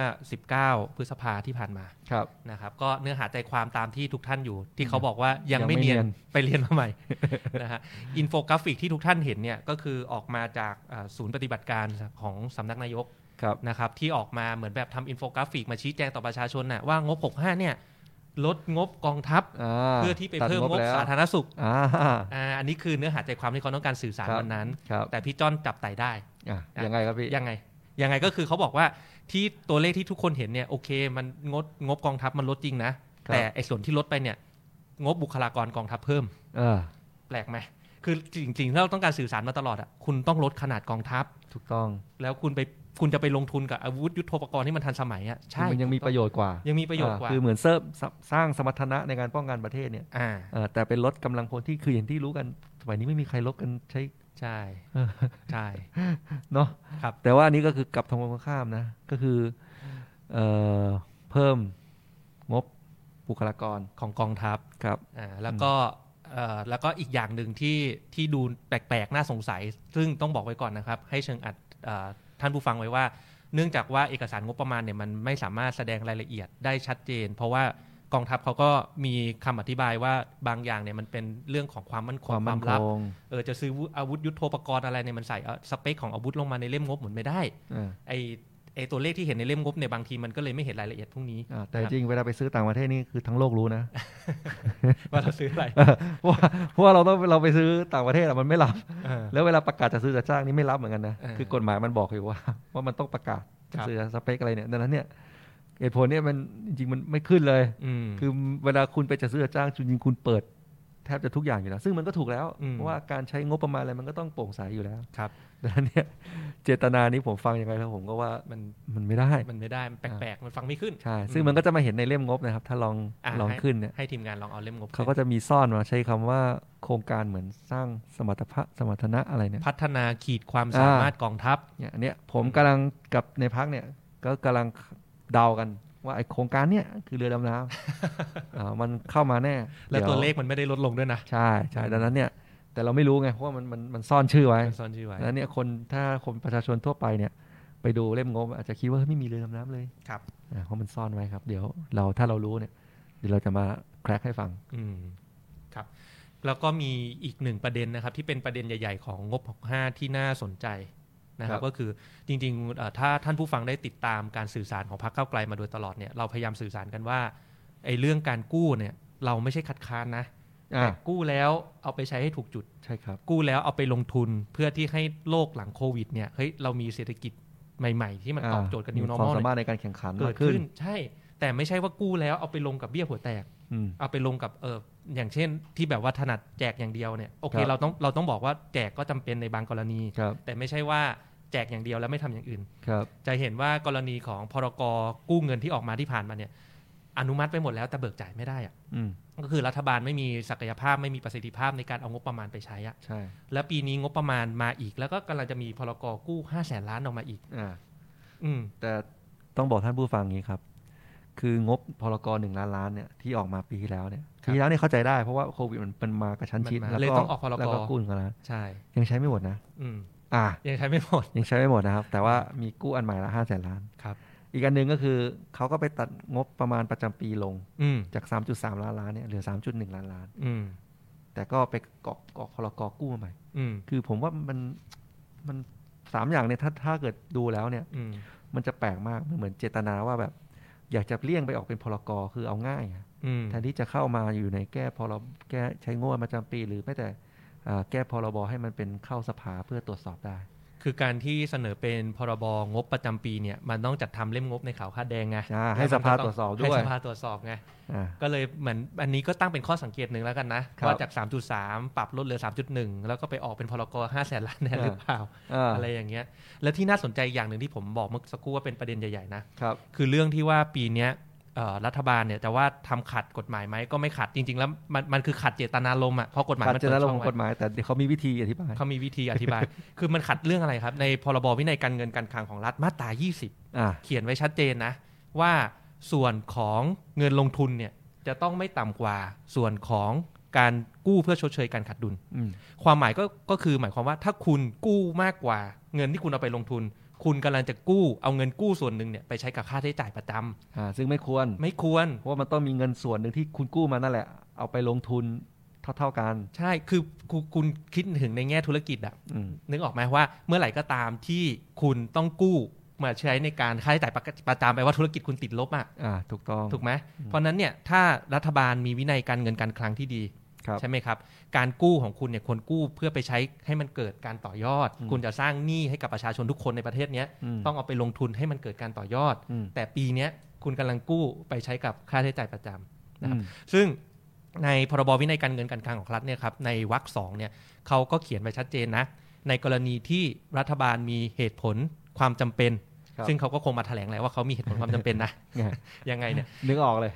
Speaker 5: 19 พฤษภาที่ผ่านมา
Speaker 3: ครับ
Speaker 5: นะครับ ก็เนื้อหาใจความตามที่ทุกท่านอยู่ ที่เขาบอกว่ายัง
Speaker 3: ยั
Speaker 5: ไม่
Speaker 3: งไม่
Speaker 5: เนีย
Speaker 3: เนีย
Speaker 5: น
Speaker 3: น
Speaker 5: ไปเรียนมาใหม่ นะฮะ อินโฟกราฟิกที่ทุกท่านเห็นเนี่ย ก็คือออกมาจากอ่าศูนย์ปฏิบัติการของสำนักนายก
Speaker 3: ครับ
Speaker 5: นะครับ ที่ออกมาเหมือนแบบทำอินโฟกราฟิกมาชี้แจงต่อประชาชนน่ะว่างบ 65 เนี่ย ลดงบกองทัพ
Speaker 3: อ่า
Speaker 5: เพื่อที่ไปเพิ่ม
Speaker 3: ตัด
Speaker 5: งบ
Speaker 3: แล้ว
Speaker 5: สาธารณสุข
Speaker 3: อ่า
Speaker 5: อ่าอันนี้คือเนื้อหาใจความที่เขาต้องการสื่อสารวันนั้น
Speaker 3: ครับ
Speaker 5: แต่พี่จอนจับไต่ได้
Speaker 3: อ่ะ
Speaker 5: อ่ะ
Speaker 3: ยังไงครับพี่
Speaker 5: ยังไงยังไงก็คือเขาบอกว่าที่ตัวเลขที่ทุกคนเห็นเนี่ยโอเค มันงดงบกองทัพมันลดจริงนะ แต่ไอ้ส่วนที่ลดไปเนี่ย งบบุคลากรกองทัพเพิ่ม
Speaker 3: เออ
Speaker 5: แปลกไหมคือจริงๆที่เราต้องการสื่อสารมาตลอดอ่ะคุณต้องลดขนาดกองทัพ
Speaker 3: ถูกต้อง
Speaker 5: แล้วคุณไปคุณจะไปลงทุนกับอาวุธยุโทโธปกรณ์ที่มันทันสมัยอ่ะใช่
Speaker 3: มันยังมีประโยชน์กว่า
Speaker 5: ยั
Speaker 3: ยัง
Speaker 5: มีประโยชน์กว่า
Speaker 3: คือเหมือนเสริมสสร้างสมรรถนะในการป้องกันประเทศเนี่ย
Speaker 5: อ่า
Speaker 3: เออแต่เป็นลดกำลังพลที่คืออย่างที่รู้กันสมัยนี้ไม่มีใครลบกันใช้
Speaker 5: ใช่
Speaker 3: เออ
Speaker 5: ใช่
Speaker 3: เนาะ
Speaker 5: ครับ
Speaker 3: แต่ว่าอันนี้ก็คือกลับทางตรงข้ามนะ ก็คือเออเพิ่มงบบุคลากร
Speaker 5: ของกองทัพ
Speaker 3: ครับ
Speaker 5: อ่าแล้วก็เอ่อแล้วก็อีกอย่างหนึ่งที่ที่ดูแปลกๆน่าสงสัย ซึ่งต้องบอกไว้ก่อนนะครับ ให้เชิงอัดเอ่อท่านผู้ฟังไว้ว่า เนื่องจากว่าเอกสารงบประมาณเนี่ยมันไม่สามารถแสดงรายละเอียดได้ชัดเจน เพราะว่ากองทัพเขาก็มีคำอธิบายว่าบางอย่างเนี่ยมันเป็นเรื่องของความมั่นค
Speaker 3: ค
Speaker 5: ง
Speaker 3: วามมั่นค
Speaker 5: ลับ
Speaker 3: ง
Speaker 5: เออจะซื้ออาวุธยุโทโธปกรณ์อะไรเนี่ยมันใส่เอ่อสเปคของอาวุธลงมาในเล่มงบหมุนไม่ได้
Speaker 3: อ่า
Speaker 5: ไอไอตัวเลขที่เห็นในเล่มงบเนี่ยบางทีมันก็เลยไม่เห็นรายละเอียดพวกนี้
Speaker 3: อ่าแต่
Speaker 5: ครั
Speaker 3: จ
Speaker 5: บ
Speaker 3: ริงเวลาไปซื้อต่างประเทศนี่คือทั้งโลกรู้นะ
Speaker 5: ว่าเราซื้ออะไร
Speaker 3: เพราะว่าเพราะว่าเราต้องเราไปซื้อต่างประเทศอะมันไม่รับ
Speaker 5: เออ
Speaker 3: แล้วเวลาประกาศจะซื้อจะจ้างนี่ไม่รับเหมือนกันนะ
Speaker 5: เออ
Speaker 3: คือกฎหมายมันบอกอยู่ว่า ว่ามันต้องประกาศ
Speaker 5: ครับ
Speaker 3: ซื้อสเปคอะไรเนี่ยดังนั้นเนี่ยเหตุผลเนี่ยมันจริงๆมันไม่ขึ้นเลย
Speaker 5: อืม
Speaker 3: คือเวลาคุณไปจะซื้อจะจ้างจริงๆคุณเปิด แทบจะทุกอย่างอยู่แล้วซึ่งมันก็ถูกแล้ว
Speaker 5: อืม
Speaker 3: เพราะว่าการใช้งบประมาณอะไรมันก็ต้องโปร่งใสอยู่แล้ว
Speaker 5: ครับ
Speaker 3: ดังนั้นเนี่ย เจตนานี้ผมฟังยังไงแล้วผมก็ว่า
Speaker 5: มัน
Speaker 3: มันไม่ได้
Speaker 5: มันไม่ได้ มันแปลกๆ มันฟังไม่ขึ้น
Speaker 3: ใช่ซึ่งมันก็จะมาเห็นในเล่มงบนะครับ ถ้าลอง
Speaker 5: อ่า
Speaker 3: ลองขึ้นเนี่ย
Speaker 5: ให้ทีมงานลองเอาเล่มงบ
Speaker 3: เขาก็จะมีซ่อนมาใช้คำว่าโครงการเหมือนสร้างสมรรถภาพสมรรถนะอะไรเนี่ย
Speaker 5: พัฒนาขีดความสามารถกองทัพ
Speaker 3: เนี่ยอันเนี้ยผมกำลังกับในพักเนี่ยก็กำลังเดากันว่าไอโครงการเนี่ยคือเรือดำน้ ำ อ่ามันเข้ามาแน่
Speaker 5: และ
Speaker 3: ดี๋ย
Speaker 5: ตัวเลขมันไม่ได้ลดลงด้วยนะ
Speaker 3: ใช่ใช่ดังนั้นเนี่ยแต่เราไม่รู้ไงเพราะว่ามันมันมันซ่อนชื่อไว้
Speaker 5: ซ่อนชื่อไว้
Speaker 3: ดังนั้นเนี่ยคนถ้าคนประชาชนทั่วไปเนี่ย ไปดูเล่มงบอาจจะคิดว่าเฮ้ยไม่มีเรือดำน้ำเลย
Speaker 5: ครับ
Speaker 3: อ่าเพราะมันซ่อนไว้ครับ เดี๋ยวเราถ้าเรารู้เนี่ยเดี๋ยวเราจะมาแครกให้ฟัง
Speaker 5: อืมครับ แล้วก็มีอีกหนึ่งประเด็นนะครับ ที่เป็นประเด็นใหญ่ ๆ ของงบ 65 ที่น่าสนใจนะครับ ก็คือจริงๆเอ่อถ้าท่านผู้ฟังได้ติดตามการสื่อสารของพรรคก้าวไกลมาโดยตลอดเนี่ย เราพยายามสื่อสารกันว่าไอ้เรื่องการกู้เนี่ย เราไม่ใช่คัดค้านนะ
Speaker 3: อ่า
Speaker 5: แต่กู้แล้วเอาไปใช้ให้ถูกจุด
Speaker 3: ใช่ครับ
Speaker 5: กู้แล้วเอาไปลงทุนเพื่อที่ให้โลกหลังโควิดเนี่ยเฮ้ยเรามีเศรษฐกิจใหม่ ๆ ที่มันตอบโจทย์กับ new
Speaker 3: มีควา
Speaker 5: normal
Speaker 3: มสา
Speaker 5: เนี่ย
Speaker 3: มารถในการแข่งขัน
Speaker 5: เกิ
Speaker 3: มา
Speaker 5: ด
Speaker 3: กขึ้
Speaker 5: ขึ้
Speaker 3: น
Speaker 5: นใช่ แต่ไม่ใช่ว่ากู้แล้วเอาไปลงกับเบี้ยหัวแตก
Speaker 3: อืม
Speaker 5: เอาไปลงกับเอออย่างเช่น ที่แบบว่าถนัดแจกอย่างเดียวเนี่ยโอเค
Speaker 3: ครับ
Speaker 5: เราต้องเราต้องบอกว่าแจกก็จำเป็นในบางกรณี
Speaker 3: ครับ
Speaker 5: แต่ไม่ใช่ว่าแจกอย่างเดียวแล้วไม่ทำอย่างอื่น
Speaker 3: ครับ
Speaker 5: จะเห็นว่ากรณีของพรกกู้เงินที่ออกมาที่ผ่านมาเนี่ย อนุมัติไปหมดแล้วแต่เบิกจ่ายไม่ได้อะ
Speaker 3: อืม
Speaker 5: ก็คือรัฐบาลไม่มีศักยภาพไม่มีประสิทธิภาพในการเอางบประมาณไปใช้อะ
Speaker 3: ใช่
Speaker 5: แล้วปีนี้งบประมาณมาอีก แล้วก็กำลังจะมีพรกกู้ห้าแสนล้านออกมาอีก
Speaker 3: อ่า
Speaker 5: อืม
Speaker 3: แต่ต้องบอกท่านผู้ฟังอย่างนี้ครับ คืองบพลกรหนึ่งล้านล้านเนี่ยที่ออกมาปีที่แล้วเนี่ยปีที่แล้วเนี่ยเข้าใจได้เพราะว่าโควิดมันมันมากระชั้นชิด
Speaker 5: มันมา
Speaker 3: แล้ว
Speaker 5: เลย
Speaker 3: ก็
Speaker 5: ต้องออกพร
Speaker 3: แล้ว
Speaker 5: ก
Speaker 3: ก็กู้หนึ่งล้านล้าน
Speaker 5: ใช่
Speaker 3: ยังใช้ไม่หมดนะ
Speaker 5: อืม
Speaker 3: อ่า
Speaker 5: ยังใช้ไม่หมด
Speaker 3: ยังใช้ไม่หมดนะครับ แต่ว่ามีกู้อันใหม่ละห้าแสนล้าน
Speaker 5: ครับ
Speaker 3: อีกอันหนึ่งก็คือเขาก็ไปตัดงบประมาณประจำปีลง
Speaker 5: อืม
Speaker 3: จาก 3.3 ล้านล้านเนี่ยเหลือ 3.1 ล้านล้าน
Speaker 5: อืม
Speaker 3: แต่ก็ไปกอกกอกพลกรกู้มาใหม่
Speaker 5: อืม
Speaker 3: คือผมว่ามันมันสามอย่างเนี่ยถ้าถ้าเกิดดูแล้วเนี่ย
Speaker 5: อืม
Speaker 3: มันจะแปลกมากมันเหมือนเจตนาว่าแบบ อยากจะเลี่ยงไปออกเป็นพรกรคือเอาง่ายอะ
Speaker 5: อืม
Speaker 3: แทนที่จะเข้ามาอยู่ในแก้พรบแก้ใช้งบประมาณประจำปีหรือไม่แต่อ่าแก้พรบให้มันเป็นเข้าสภาเพื่อตรวจสอบได้
Speaker 5: คือการที่เสนอเป็นพรบงบประจำปีเนี่ย มันต้องจัดทำเล่มงบในข่าวคาดแดงไง
Speaker 3: อ่าให้สภาตรวจสอบด้วย
Speaker 5: ให้สภาตรวจสอบไง
Speaker 3: อ่า
Speaker 5: ก็เลยเหมือนอันนี้ก็ตั้งเป็นข้อสังเกตหนึ่งแล้วกันนะ
Speaker 3: ครับ
Speaker 5: ว่าจาก 3.3 ปรับลดเหลือ 3.1 แล้วก็ไปออกเป็นพรกร5แสนล้านแน่
Speaker 3: อ่า
Speaker 5: หรือเปล่า
Speaker 3: อ่า
Speaker 5: อะไรอย่างเงี้ย แล้วที่น่าสนใจอย่างหนึ่งที่ผมบอกเมื่อสักครู่ว่าเป็นประเด็นใหญ่ ๆ นะ
Speaker 3: ครับ
Speaker 5: คือเรื่องที่ว่าปีเนี้ยเอ่อรัฐบาลเนี่ยแต่ว่าทำขัดกฎหมายไหมก็ไม่ขัดจริง ๆ แล้วมันมันคือขัดเจตนารมณ์อ่ะเพราะกฎหมาย
Speaker 3: การ
Speaker 5: มัน
Speaker 3: เจร
Speaker 5: เปิด
Speaker 3: จาล
Speaker 5: ช่
Speaker 3: ง
Speaker 5: อง
Speaker 3: กฎ
Speaker 5: ไว้
Speaker 3: หมายแต่เดี๋ยวเขามีวิธีอธิบาย
Speaker 5: เขามีวิธีอธิบาย คือมันขัดเรื่องอะไรครับ ในพรบวินัยการเงินการคลังของรัฐมาตรา 20
Speaker 3: อ่า
Speaker 5: เขียนไว้ชัดเจนนะ ว่าส่วนของเงินลงทุนเนี่ยจะต้องไม่ต่ำกว่าส่วนของการกู้เพื่อชดเชยการขาดดุล
Speaker 3: อืม
Speaker 5: ความหมายก็ก็คือหมายความว่าถ้าคุณกู้มากกว่าเงินที่คุณเอาไปลงทุน คุณกำลังจะกู้เอาเงินกู้ส่วนหนึ่งเนี่ยไปใช้กับค่าใช้จ่ายประจำ
Speaker 3: อ่า ซึ่งไม่ควร
Speaker 5: ไม่ควร
Speaker 3: เพราะว่ามันต้องมีเงินส่วนหนึ่งที่คุณกู้มานั่นแหละ เอาไปลงทุนเท่า ๆกัน
Speaker 5: ใช่คือคุณคุณคิดถึงในแง่ธุรกิจอะ
Speaker 3: อืม
Speaker 5: นึกออกไหมว่าเมื่อไหร่ก็ตามที่คุณต้องกู้มาใช้ในการค่าใช้จ่ายประจำแปลว่าธุรกิจคุณติดลบอะ
Speaker 3: อ่า ถูกต้อง
Speaker 5: ถูกไหม เพราะนั้นเนี่ยถ้ารัฐบาลมีวินัยการเงินการคลังที่ดี
Speaker 3: ครับ
Speaker 5: ใช่ไหมครับ การกู้ของคุณเนี่ยควรกู้เพื่อไปใช้ให้มันเกิดการต่อยอด
Speaker 3: อืม
Speaker 5: คุณจะสร้างหนี้ให้กับประชาชนทุกคนในประเทศเนี้ย
Speaker 3: ม
Speaker 5: ต้องเอาไปลงทุนให้มันเกิดการต่อยอด
Speaker 3: อืม
Speaker 5: แต่ปีเนี้ยคุณกำลังกู้ไปใช้กับค่าใช้จ่ายประจำ นะค
Speaker 3: อื
Speaker 5: รับ
Speaker 3: ม
Speaker 5: ซึ่งในพรบวินัยการเงินการคลังของรัฐเนี่ยครับในวรรคสองเนี่ยเขาก็เขียนไว้ชัดเจนนะ ในกรณีที่รัฐบาลมีเหตุผลความจำเป็น
Speaker 3: ครับ
Speaker 5: ซึ่งเขาก็คงมาแถลงแหล้วว่าเขามีเหตุผลความจำเป็น นะ
Speaker 3: ไง
Speaker 5: ยังไงเนี่ย
Speaker 3: นึกออกเลย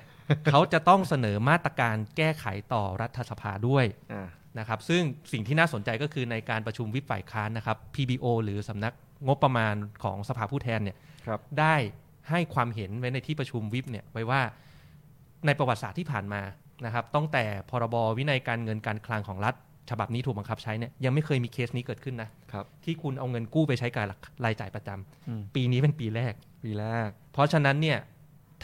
Speaker 5: เขาจะต้องเสนอมาตรการแก้ไขต่อรัฐสภาด้วย
Speaker 3: อ่า
Speaker 5: นะครับ ซึ่งสิ่งที่น่าสนใจก็คือในการประชุมวิปฝ่ายค้านนะครับ PBO หรือสำนักงบประมาณของสภาผู้แทนเนี่ย
Speaker 3: ครับ
Speaker 5: ได้ให้ความเห็นไว้ในที่ประชุมวิปเนี่ยไว้ว่าในประวัติศาสตร์ที่ผ่านมานะครับตั้งแต่พรบวินัยการเงินการคลังของรัฐ ฉบับนี้ถูกบังคับใช้เนี่ยยังไม่เคยมีเคสนี้เกิดขึ้นนะครับ ที่คุณเอาเงินกู้ไปใช้กับรายจ่ายประจำ
Speaker 3: อืม
Speaker 5: ปีนี้เป็นปีแรก
Speaker 3: ปีแรก
Speaker 5: เพราะฉะนั้นเนี่ย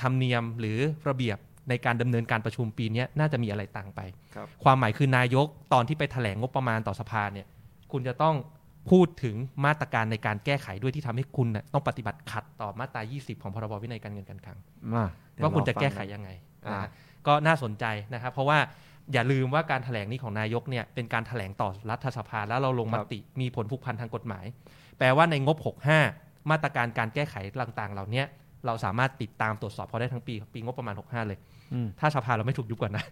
Speaker 5: ธรรมเนียมหรือระเบียบในการดำเนินการประชุมปีเนี้ยน่าจะมีอะไรต่างไป
Speaker 3: ครับ
Speaker 5: ความหมายคือนายกตอนที่ไปแถลงงบประมาณต่อสภาเนี่ยคุณจะต้องพูดถึงมาตรการในการแก้ไขด้วยที่ทำให้คุณน่ะต้องปฏิบัติขัดต่อมาตรา 20 ของพรบวินัยการเงินการคลัง
Speaker 3: มาเดี๋ย
Speaker 5: ว่าคุณจะ
Speaker 3: รอฟัง
Speaker 5: แก้ไขยังไง
Speaker 3: อ่า
Speaker 5: นะก็น่าสนใจนะครับ เพราะว่าอย่าลืมว่าการแถลงนี้ของนายกเนี่ยเป็นการแถลงต่อรัฐสภาแล้วเราลงมติมีผลผูกพันทางกฎหมาย แปลว่าในงบ 65 มาตรการการแก้ไขต่างๆ เหล่าเนี้ยเราสามารถติดตามตรวจสอบเขาได้ทั้งปีปีงบประมาณ 65 เลย
Speaker 3: อืม
Speaker 5: ถ้าสภาเราไม่ถูกยุบก่อนนะ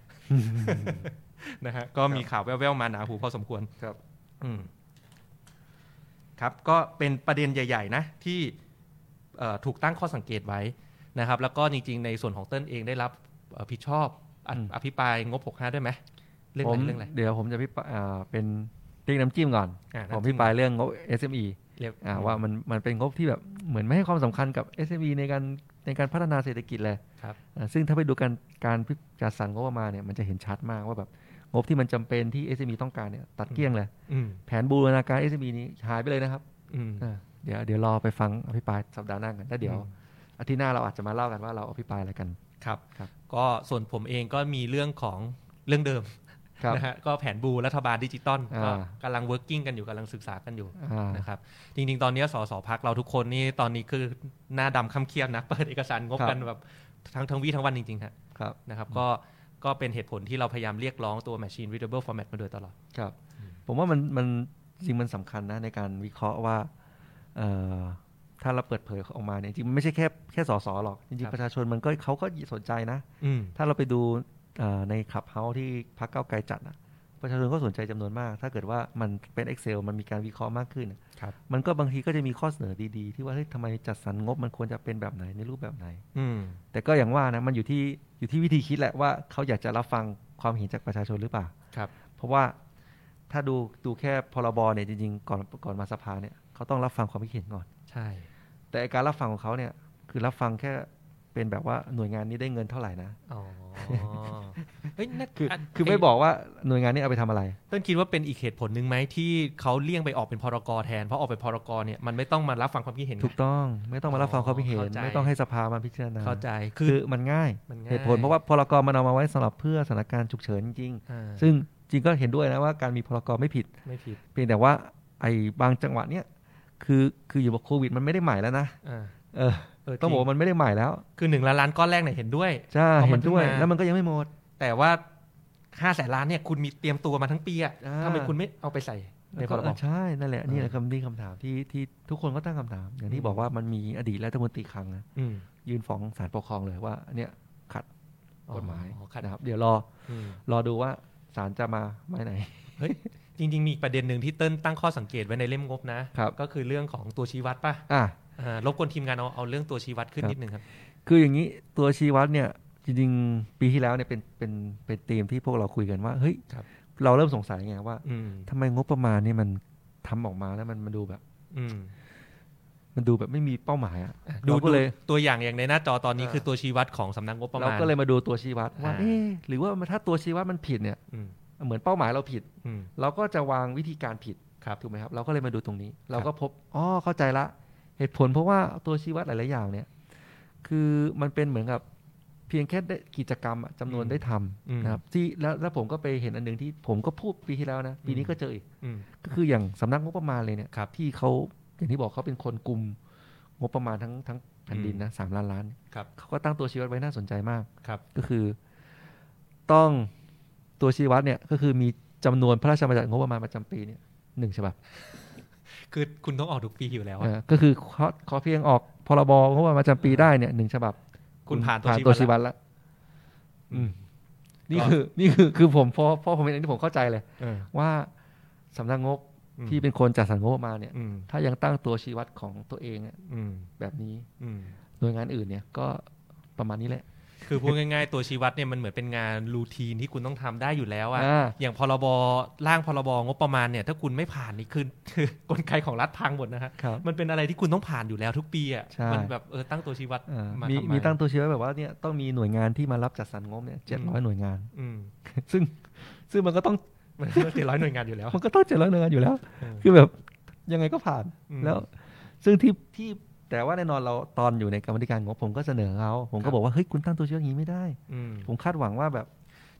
Speaker 5: นะฮะก็มีข่าวแว่วๆมาหนาหูพอสมควร
Speaker 3: ครับ
Speaker 5: อืมครับก็เป็นประเด็นใหญ่ ๆ นะ ที่เอ่อถูกตั้งข้อสังเกตไว้นะครับ แล้วก็จริง ๆ ในส่วนของเต้นเองได้รับเอ่อผิดชอบอ
Speaker 3: อืม
Speaker 5: อภิปรายงบ 65 ด้วยไหมเรื่องอะไรเรื่องอะไร
Speaker 3: ผมเดี๋ยวผมจะพิปรายอ่าเป็นเรื่องน้ำจิ้มก่อน
Speaker 5: อ่า
Speaker 3: ผม
Speaker 5: น้ำจิ้ม
Speaker 3: พิปรายเรื่องงบ SME
Speaker 5: เรียบ
Speaker 3: อ่าว่ามันมันเป็นงบที่แบบเหมือนไม่ให้ความสำคัญกับ SME ในการในการพัฒนาเศรษฐกิจเลย
Speaker 5: ครับ
Speaker 3: อ่าซึ่งถ้าไปดูการการพิจัดสรรงบประมาณเนี่ยมันจะเห็นชัดมากว่าแบบงบที่มันจำเป็นที่ SME ต้องการเนี่ยตัดเกลี้ยงเลย
Speaker 5: อืม
Speaker 3: แผนบูรณาการ SME นี้หายไปเลยนะครับ
Speaker 5: อืม
Speaker 3: อ่าเดี๋ยวเดี๋ยวรอไปฟังอภิปรายสัปดาห์หน้ากันแล้วเดี๋ยว
Speaker 5: อืม
Speaker 3: อาทิตย์หน้าเราอาจจะมาเล่ากันว่าเราอภิปรายอะไรกัน
Speaker 5: ครับ
Speaker 3: ครับ
Speaker 5: ก็ส่วนผมเองก็มีเรื่องของเรื่องเดิม
Speaker 3: ครับ
Speaker 5: นะฮะก็แผนบูรัฐบาลดิจิตอลก็
Speaker 3: อ่า
Speaker 5: กำลัง working กันอยู่กำลังศึกษากันอยู่
Speaker 3: อ่า
Speaker 5: นะครับจริงๆ ตอนนี้สสพักเราทุกคนนี่ตอนนี้คือหน้าดำคำเครียดนะ เปิดเอกสารงบ
Speaker 3: ครับ
Speaker 5: กันแบบทั้งทั้งวีทั้งวันจริงๆฮะ
Speaker 3: ครับ
Speaker 5: นะครับก็ก็เป็นเหตุผลที่เราพยายามเรียกร้องตัว Machine Readable Format มาโดยตลอด
Speaker 3: ครับ ผมว่ามันมันจริงมันสำคัญนะในการวิเคราะห์ว่าเอ่อ ถ้าเราเปิดเผยออกมาเนี่ยจริงๆมันไม่ใช่แค่แค่สสหรอก จริ
Speaker 5: ครั
Speaker 3: ง
Speaker 5: บ
Speaker 3: ๆประชาชนมันก็เขาก็สนใจนะ
Speaker 5: อืม
Speaker 3: ถ้าเราไปดูเอ่อในคลับเฮาส์ที่พักเก้าวไกลจัดอะประชาชนก็สนใจจำนวนมาก ถ้าเกิดว่ามันเป็น Excel มันมีการวิเคราะห์มากขึ้น
Speaker 5: ครับ
Speaker 3: มันก็บางทีก็จะมีข้อเสนอดีๆ ที่ว่าเฮ้ยทำไมจัดสรรงบมันควรจะเป็นแบบไหนในรูปแบบไหน
Speaker 5: อืม
Speaker 3: แต่ก็อย่างว่านะมันอยู่ที่อยู่ที่วิธีคิดแหละว่าเขาอยากจะรับฟังความเห็นจากประชาชนหรือเปล่า
Speaker 5: ครับ
Speaker 3: เพราะว่าถ้าดูดูแค่พรบเนี่ยจริงๆ ก่อนก่อนมาสภาเนี่ยเขาต้องรับฟังความคิดเห็นก่อน
Speaker 5: ใช่
Speaker 3: แต่การรับฟังของเขาเนี่ยคือรับฟังแค่เป็นแบบว่าหน่วยงานนี้ได้เงินเท่าไหร่นะ
Speaker 5: อ๋อ เฮ้ยนั่น
Speaker 3: คือคือไม่บอกว่าหน่วยงานนี้เอาไปทำอะไร
Speaker 5: เต้นคิดว่าเป็นอีกเหตุผลหนึ่งไหมที่เขาเลี่ยงไปออกเป็นพรกแทน เพราะออกเป็นพรกเนี่ยมันไม่ต้องมารับฟังความคิดเห็นไง
Speaker 3: ถูกต้องไม่ต้องมารับฟังความคิดเห็น
Speaker 5: เข้าใจ
Speaker 3: ไม่ต้องให้สภามาพิจารณา
Speaker 5: เข้าใจ คื
Speaker 3: คือ อมันง่าย
Speaker 5: มันง่าย
Speaker 3: เหตุผลเพราะว่าพรกมันเอามาไว้สำหรับเพื่อสถานการณ์ฉุกเฉินจริง
Speaker 5: อ่า
Speaker 3: ๆซึ่งจริงก็เห็นด้วยนะว่าการมีพรกไม่ผิด
Speaker 5: ไม่ผิด
Speaker 3: เพียงแต่ว่าไอ้บางจังหวะเนี้ยคือคืออยู่กับโควิดมันไม่ได้ใหม่แล้วนะ
Speaker 5: อ่า
Speaker 3: เออ
Speaker 5: เออ
Speaker 3: ต้องบอก
Speaker 5: จริ
Speaker 3: ว่ามันไม่ได้ใหม่แล้ว
Speaker 5: คือหนึ่งล้านล้านก้อนแรกเนี่ยเห็นด้วย
Speaker 3: ใช่
Speaker 5: เพราะมั
Speaker 3: เห็
Speaker 5: น
Speaker 3: นด้วย
Speaker 5: เพิ่งมา
Speaker 3: แล้วมันก็ยังไม่หมด
Speaker 5: แต่ว่าห้าแสนล้านเนี่ยคุณมีเตรียมตัวมาทั้งปีอะ
Speaker 3: อ่า
Speaker 5: ทำไมคุณไม่เอาไปใส่ใน
Speaker 3: แล้ว
Speaker 5: พ
Speaker 3: ก็
Speaker 5: ร
Speaker 3: เอบ อใช่นั่นแหละนี่แหละ
Speaker 5: เออ
Speaker 3: คำที่คำถามที่ที่ทุกคนก็ตั้งคำถาม อย่าง
Speaker 5: อื
Speaker 3: ที่
Speaker 5: ม
Speaker 3: บอกว่ามันมีอดีตรัฐมนตรีคลังนะ
Speaker 5: อืม
Speaker 3: ยื่นฟ้องศาลปกครองเลยว่าเนี่ยขัดกฎหมาย
Speaker 5: อ๋อครับ
Speaker 3: นะครับ เดี๋ยวรอ
Speaker 5: อืม
Speaker 3: รอดูว่าศาลจะมาไม่ไหน
Speaker 5: จริงๆ มีอีกประเด็นหนึ่งที่เติ้ลตั้งข้อสังเกตไว้ในเล่มงบนะ
Speaker 3: ครับ
Speaker 5: ก็คือเรื่องของตัวชี้วัดป่ะ
Speaker 3: อ่ะ
Speaker 5: อ่ารบกวนทีมงานเอาเอาเรื่องตัวชี้วัดขึ้
Speaker 3: ค
Speaker 5: น
Speaker 3: รับ
Speaker 5: นิดนึงครับ
Speaker 3: คืออย่างนี้ตัวชี้วัดเนี่ย จริงๆ ปีที่แล้วเนี่ยเป็นเป็นเป็นธีมที่พวกเราคุยกันว่า เฮ้ย
Speaker 5: ครับ
Speaker 3: เราเริ่มสงสัยไงว่า
Speaker 5: อืม
Speaker 3: ทำไมงบประมาณเนี่ยมันทำออกมาแล้วมันมันดูแบบ
Speaker 5: อืม
Speaker 3: มันดูแบบไม่มีเป้าหมายอ่ะ
Speaker 5: ดู
Speaker 3: เราก็เลย
Speaker 5: ดูตัวอย่างอย่างในหน้าจอตอนนี้
Speaker 3: เออ
Speaker 5: คือตัวชี้วัดของสำนักงบประ
Speaker 3: เรา
Speaker 5: มาณ
Speaker 3: ก็เลยมาดูตัวชี้วัดว่า
Speaker 5: อ่า
Speaker 3: เอ๊ะหรือว่ามันถ้าตัวชี้วัดมันผิดเนี่ย
Speaker 5: อืม
Speaker 3: เหมือนเป้าหมายเราผิด
Speaker 5: อืม
Speaker 3: เราก็จะวางวิธีการผิด
Speaker 5: ครับ
Speaker 3: ถูกไหมครับ เราก็เลยมาดูตรงนี้ เราก็พบอ๋อเข้าใจละ เหตุผลเพราะว่าตัวชี้วัดหลาย ๆ อย่างเนี่ย คือมันเป็นเหมือนกับเพียงแค่ได้กิจกรรมอะจำนวน
Speaker 5: อืม
Speaker 3: ได้ท
Speaker 5: อืม
Speaker 3: ำนะครับที่แล้วแล้วผมก็ไปเห็นอันหนึ่งที่ผมก็พูดปีที่แล้วนะ ปีนี้
Speaker 5: อืม
Speaker 3: ก็เจออีก
Speaker 5: อืม
Speaker 3: ก็คืออย่างสำนักงบประมาณเลยเนี่ย
Speaker 5: ครับ
Speaker 3: ที่เขาอย่างที่บอกเขาเป็นคนกลุ่มงบประมาณทั้งทั้งแผ่นดิน
Speaker 5: อืม
Speaker 3: นะสามล้านล้าน
Speaker 5: ครับ
Speaker 3: เขาก็ตั้งตัวชี้วัดไว้น่าสนใจมาก
Speaker 5: ครับ
Speaker 3: ก็คือ ต้องตัวชี้วัดเนี่ยก็คือมีจำนวนพระราชบัญญัติงบประมาณประจำปีเนี่ยหนึ่งฉบับ
Speaker 5: คือคุณต้องออกทุกปีอยู่แล้วอะ
Speaker 3: เอ่อก็คือขอขอเพียงออกพรบงบประมาณประจำปีได้เนี่ยหนึ่งฉบับ
Speaker 5: คุณผ่านตัว
Speaker 3: ผ่าน
Speaker 5: ชี้
Speaker 3: ตัว
Speaker 5: วัด
Speaker 3: ชี
Speaker 5: แล้ว
Speaker 3: วัตแล้ว
Speaker 5: อืม
Speaker 3: นี่คือ นี่คือคือผมพอพอผมเห็นอันนี้ผมเข้าใจเลย
Speaker 5: เออ
Speaker 3: ว่าสำนักงบ
Speaker 5: อืม
Speaker 3: ที่เป็นคนจัดสรรงบประมาณเนี่ย
Speaker 5: อืม
Speaker 3: ถ้ายังตั้งตัวชีวัดของตัวเองอะ
Speaker 5: อืม
Speaker 3: แบบนี้
Speaker 5: อืม
Speaker 3: หน่วยงานอื่นเนี่ยก็ประมาณนี้แหละ
Speaker 5: คือพูดง่ายๆ ตัวชี้วัดเนี่ยมันเหมือนเป็นงานรูทีนที่คุณต้องทำได้อยู่แล้วอะ
Speaker 3: อ่า
Speaker 5: อย่างพรบร่างพรบงบประมาณเนี่ย ถ้าคุณไม่ผ่านนี่คือคือก ลไกของรัฐพังหมดนะฮะ
Speaker 3: ครับ
Speaker 5: มันเป็นอะไรที่คุณต้องผ่านอยู่แล้วทุกปีอ่ะ
Speaker 3: ใช่
Speaker 5: มัแบบเออตั้งตัวชี้วัด
Speaker 3: อ่า
Speaker 5: มา
Speaker 3: มี
Speaker 5: ทำไ
Speaker 3: มีตั้งตัวชีวัดแบบว่าเนี่ยต้องมีหน่วยงานที่มารับจัดสรรงบเนี่ยเจ็ดร้อยหน่วยงาน
Speaker 5: อืม
Speaker 3: ซึ่งซึ่งมันก็ต้อง
Speaker 5: มันเจ็ดร้อยหน่วยงานอยู่ แล้ว
Speaker 3: มันก็ต้องเจ็ดร้อยหน่วยงานอยู่แล้ว
Speaker 5: เออ
Speaker 3: คือแบบยังไงก็ผ่าน
Speaker 5: อืม
Speaker 3: แล้วซึ่งที่ที่แต่ว่าแน่นอนเราตอนอยู่ในกรรมธิการงบผมก็เสนอเขาผม
Speaker 5: ครั
Speaker 3: ก็
Speaker 5: บ
Speaker 3: บอกว่าเฮ้ยคุณตั้งตัวเชื่ออย่างนี้ไม่ได้
Speaker 5: อืม
Speaker 3: ผมคาดหวังว่าแบบ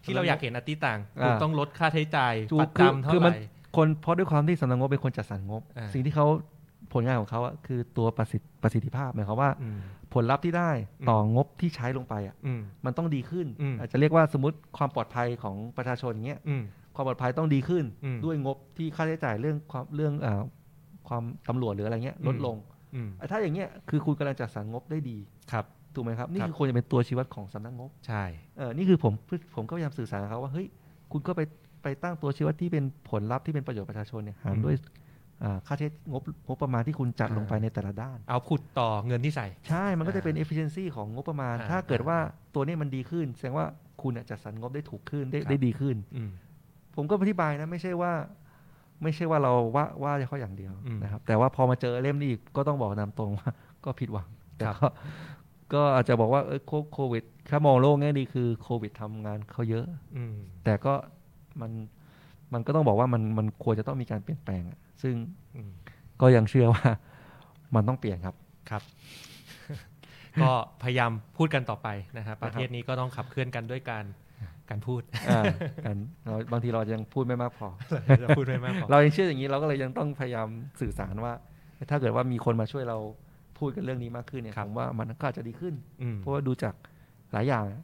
Speaker 5: ที่เราอยากเห็นอัตติต่าง
Speaker 3: อ่า
Speaker 5: คุณต้องลดค่าใช้จ่าย
Speaker 3: ถูก
Speaker 5: ปัด
Speaker 3: คือ
Speaker 5: จำเท่า
Speaker 3: คือ
Speaker 5: ไห
Speaker 3: มั
Speaker 5: ร่
Speaker 3: น คนเพราะด้วยความที่สำนักงบเป็นคนจัดสรรงบ
Speaker 5: อ่า
Speaker 3: สิ่งที่เขาผลงานของเขาอะคือตัวประสิทธิประสิทธิภาพหมายความว่า
Speaker 5: อืม
Speaker 3: ผลลัพธ์ที่ได้
Speaker 5: อืม
Speaker 3: ต่องบที่ใช้ลงไปอะ
Speaker 5: อืม
Speaker 3: มันต้องดีขึ้น
Speaker 5: อืม
Speaker 3: อาจจะเรียกว่าสมมติความปลอดภัยของประชาชนอย่างเงี้ย
Speaker 5: อืม
Speaker 3: ความปลอดภัยต้องดีขึ้น
Speaker 5: อืม
Speaker 3: ด้วยงบที่ค่าใช้จ่ายเรื่องความเรื่องเอ่อความตำรวจหรืออะไรเงี้ยลด
Speaker 5: อืม
Speaker 3: ลง
Speaker 5: อืม
Speaker 3: อ่ะถ้าอย่างเงี้ยคือคุณกำลังจัดสรรงบได้ดี
Speaker 5: ครับ
Speaker 3: ถูกไหมครับ นี่
Speaker 5: ครับ
Speaker 3: คือควรจะเป็นตัวชี้วัดของสำนักงบ
Speaker 5: ใช่
Speaker 3: เออนี่คือผมผมก็พยายามสื่อสารกับเขาว่าเฮ้ยคุณก็ไปไปตั้งตัวชี้วัดที่เป็นผลลัพธ์ที่เป็นประโยชน์ประชาชนเนี่ยหารด้วยอ่าค่าใช้งบงบประมาณที่คุณจัดลงไปในแต่ละด้าน
Speaker 5: เอาขุดต่อเงินที่ใส่
Speaker 3: ใช่มันก็จะเป็น efficiency ของงบประมาณ
Speaker 5: อ่า
Speaker 3: ถ้าเกิดว่าตัวเนี้มันดีขึ้น แสดงว่าคุณอ่ะจัดสรรงบได้ถูกขึ้นได้
Speaker 5: ครับ
Speaker 3: ได้ดีขึ้น
Speaker 5: อืม
Speaker 3: ผมก็อธิบายนะไม่ใช่ว่า ไม่ใช่ว่าเราว่าว่าเขาอย่างเดียว
Speaker 5: อืม
Speaker 3: นะครับ แต่ว่าพอมาเจอเล่มนี้อีกก็ต้องบอกนามตรงว่า ก็ผิดหวังแต่
Speaker 5: ครับ
Speaker 3: ก็ก็อาจจะบอกว่าเออโคโควิดถ้ามองโลกแง่ดีคือโควิดทำงานเขาเยอะ
Speaker 5: อืม
Speaker 3: แต่ก็มันมันก็ต้องบอกว่ามันมันควรจะต้องมีการเปลี่ยนแปลงอะซึ่ง
Speaker 5: อืม
Speaker 3: ก็ยังเชื่อว่า มันต้องเปลี่ยนครับ
Speaker 5: ครับ ก็พยายามพูดกันต่อไปนะครับ
Speaker 3: นะครับ
Speaker 5: ประเทศนี้ก็ต้องขับเคลื่อนกันด้วยการการพูด
Speaker 3: อ่า กันเราบางทีเรายังพูดไม่มากพอ
Speaker 5: เราพูดไม่มากพอ
Speaker 3: เรายังเชื่ออย่างนี้เราก็เลยยังต้องพยายามสื่อสารว่า ถ้าเกิดว่ามีคนมาช่วยเราพูดกันเรื่องนี้มากขึ้นเนี่ยผมว่ามันก็อาจจะดีขึ้น
Speaker 5: อืม
Speaker 3: เพราะว่าดูจากหลายอย่างอะ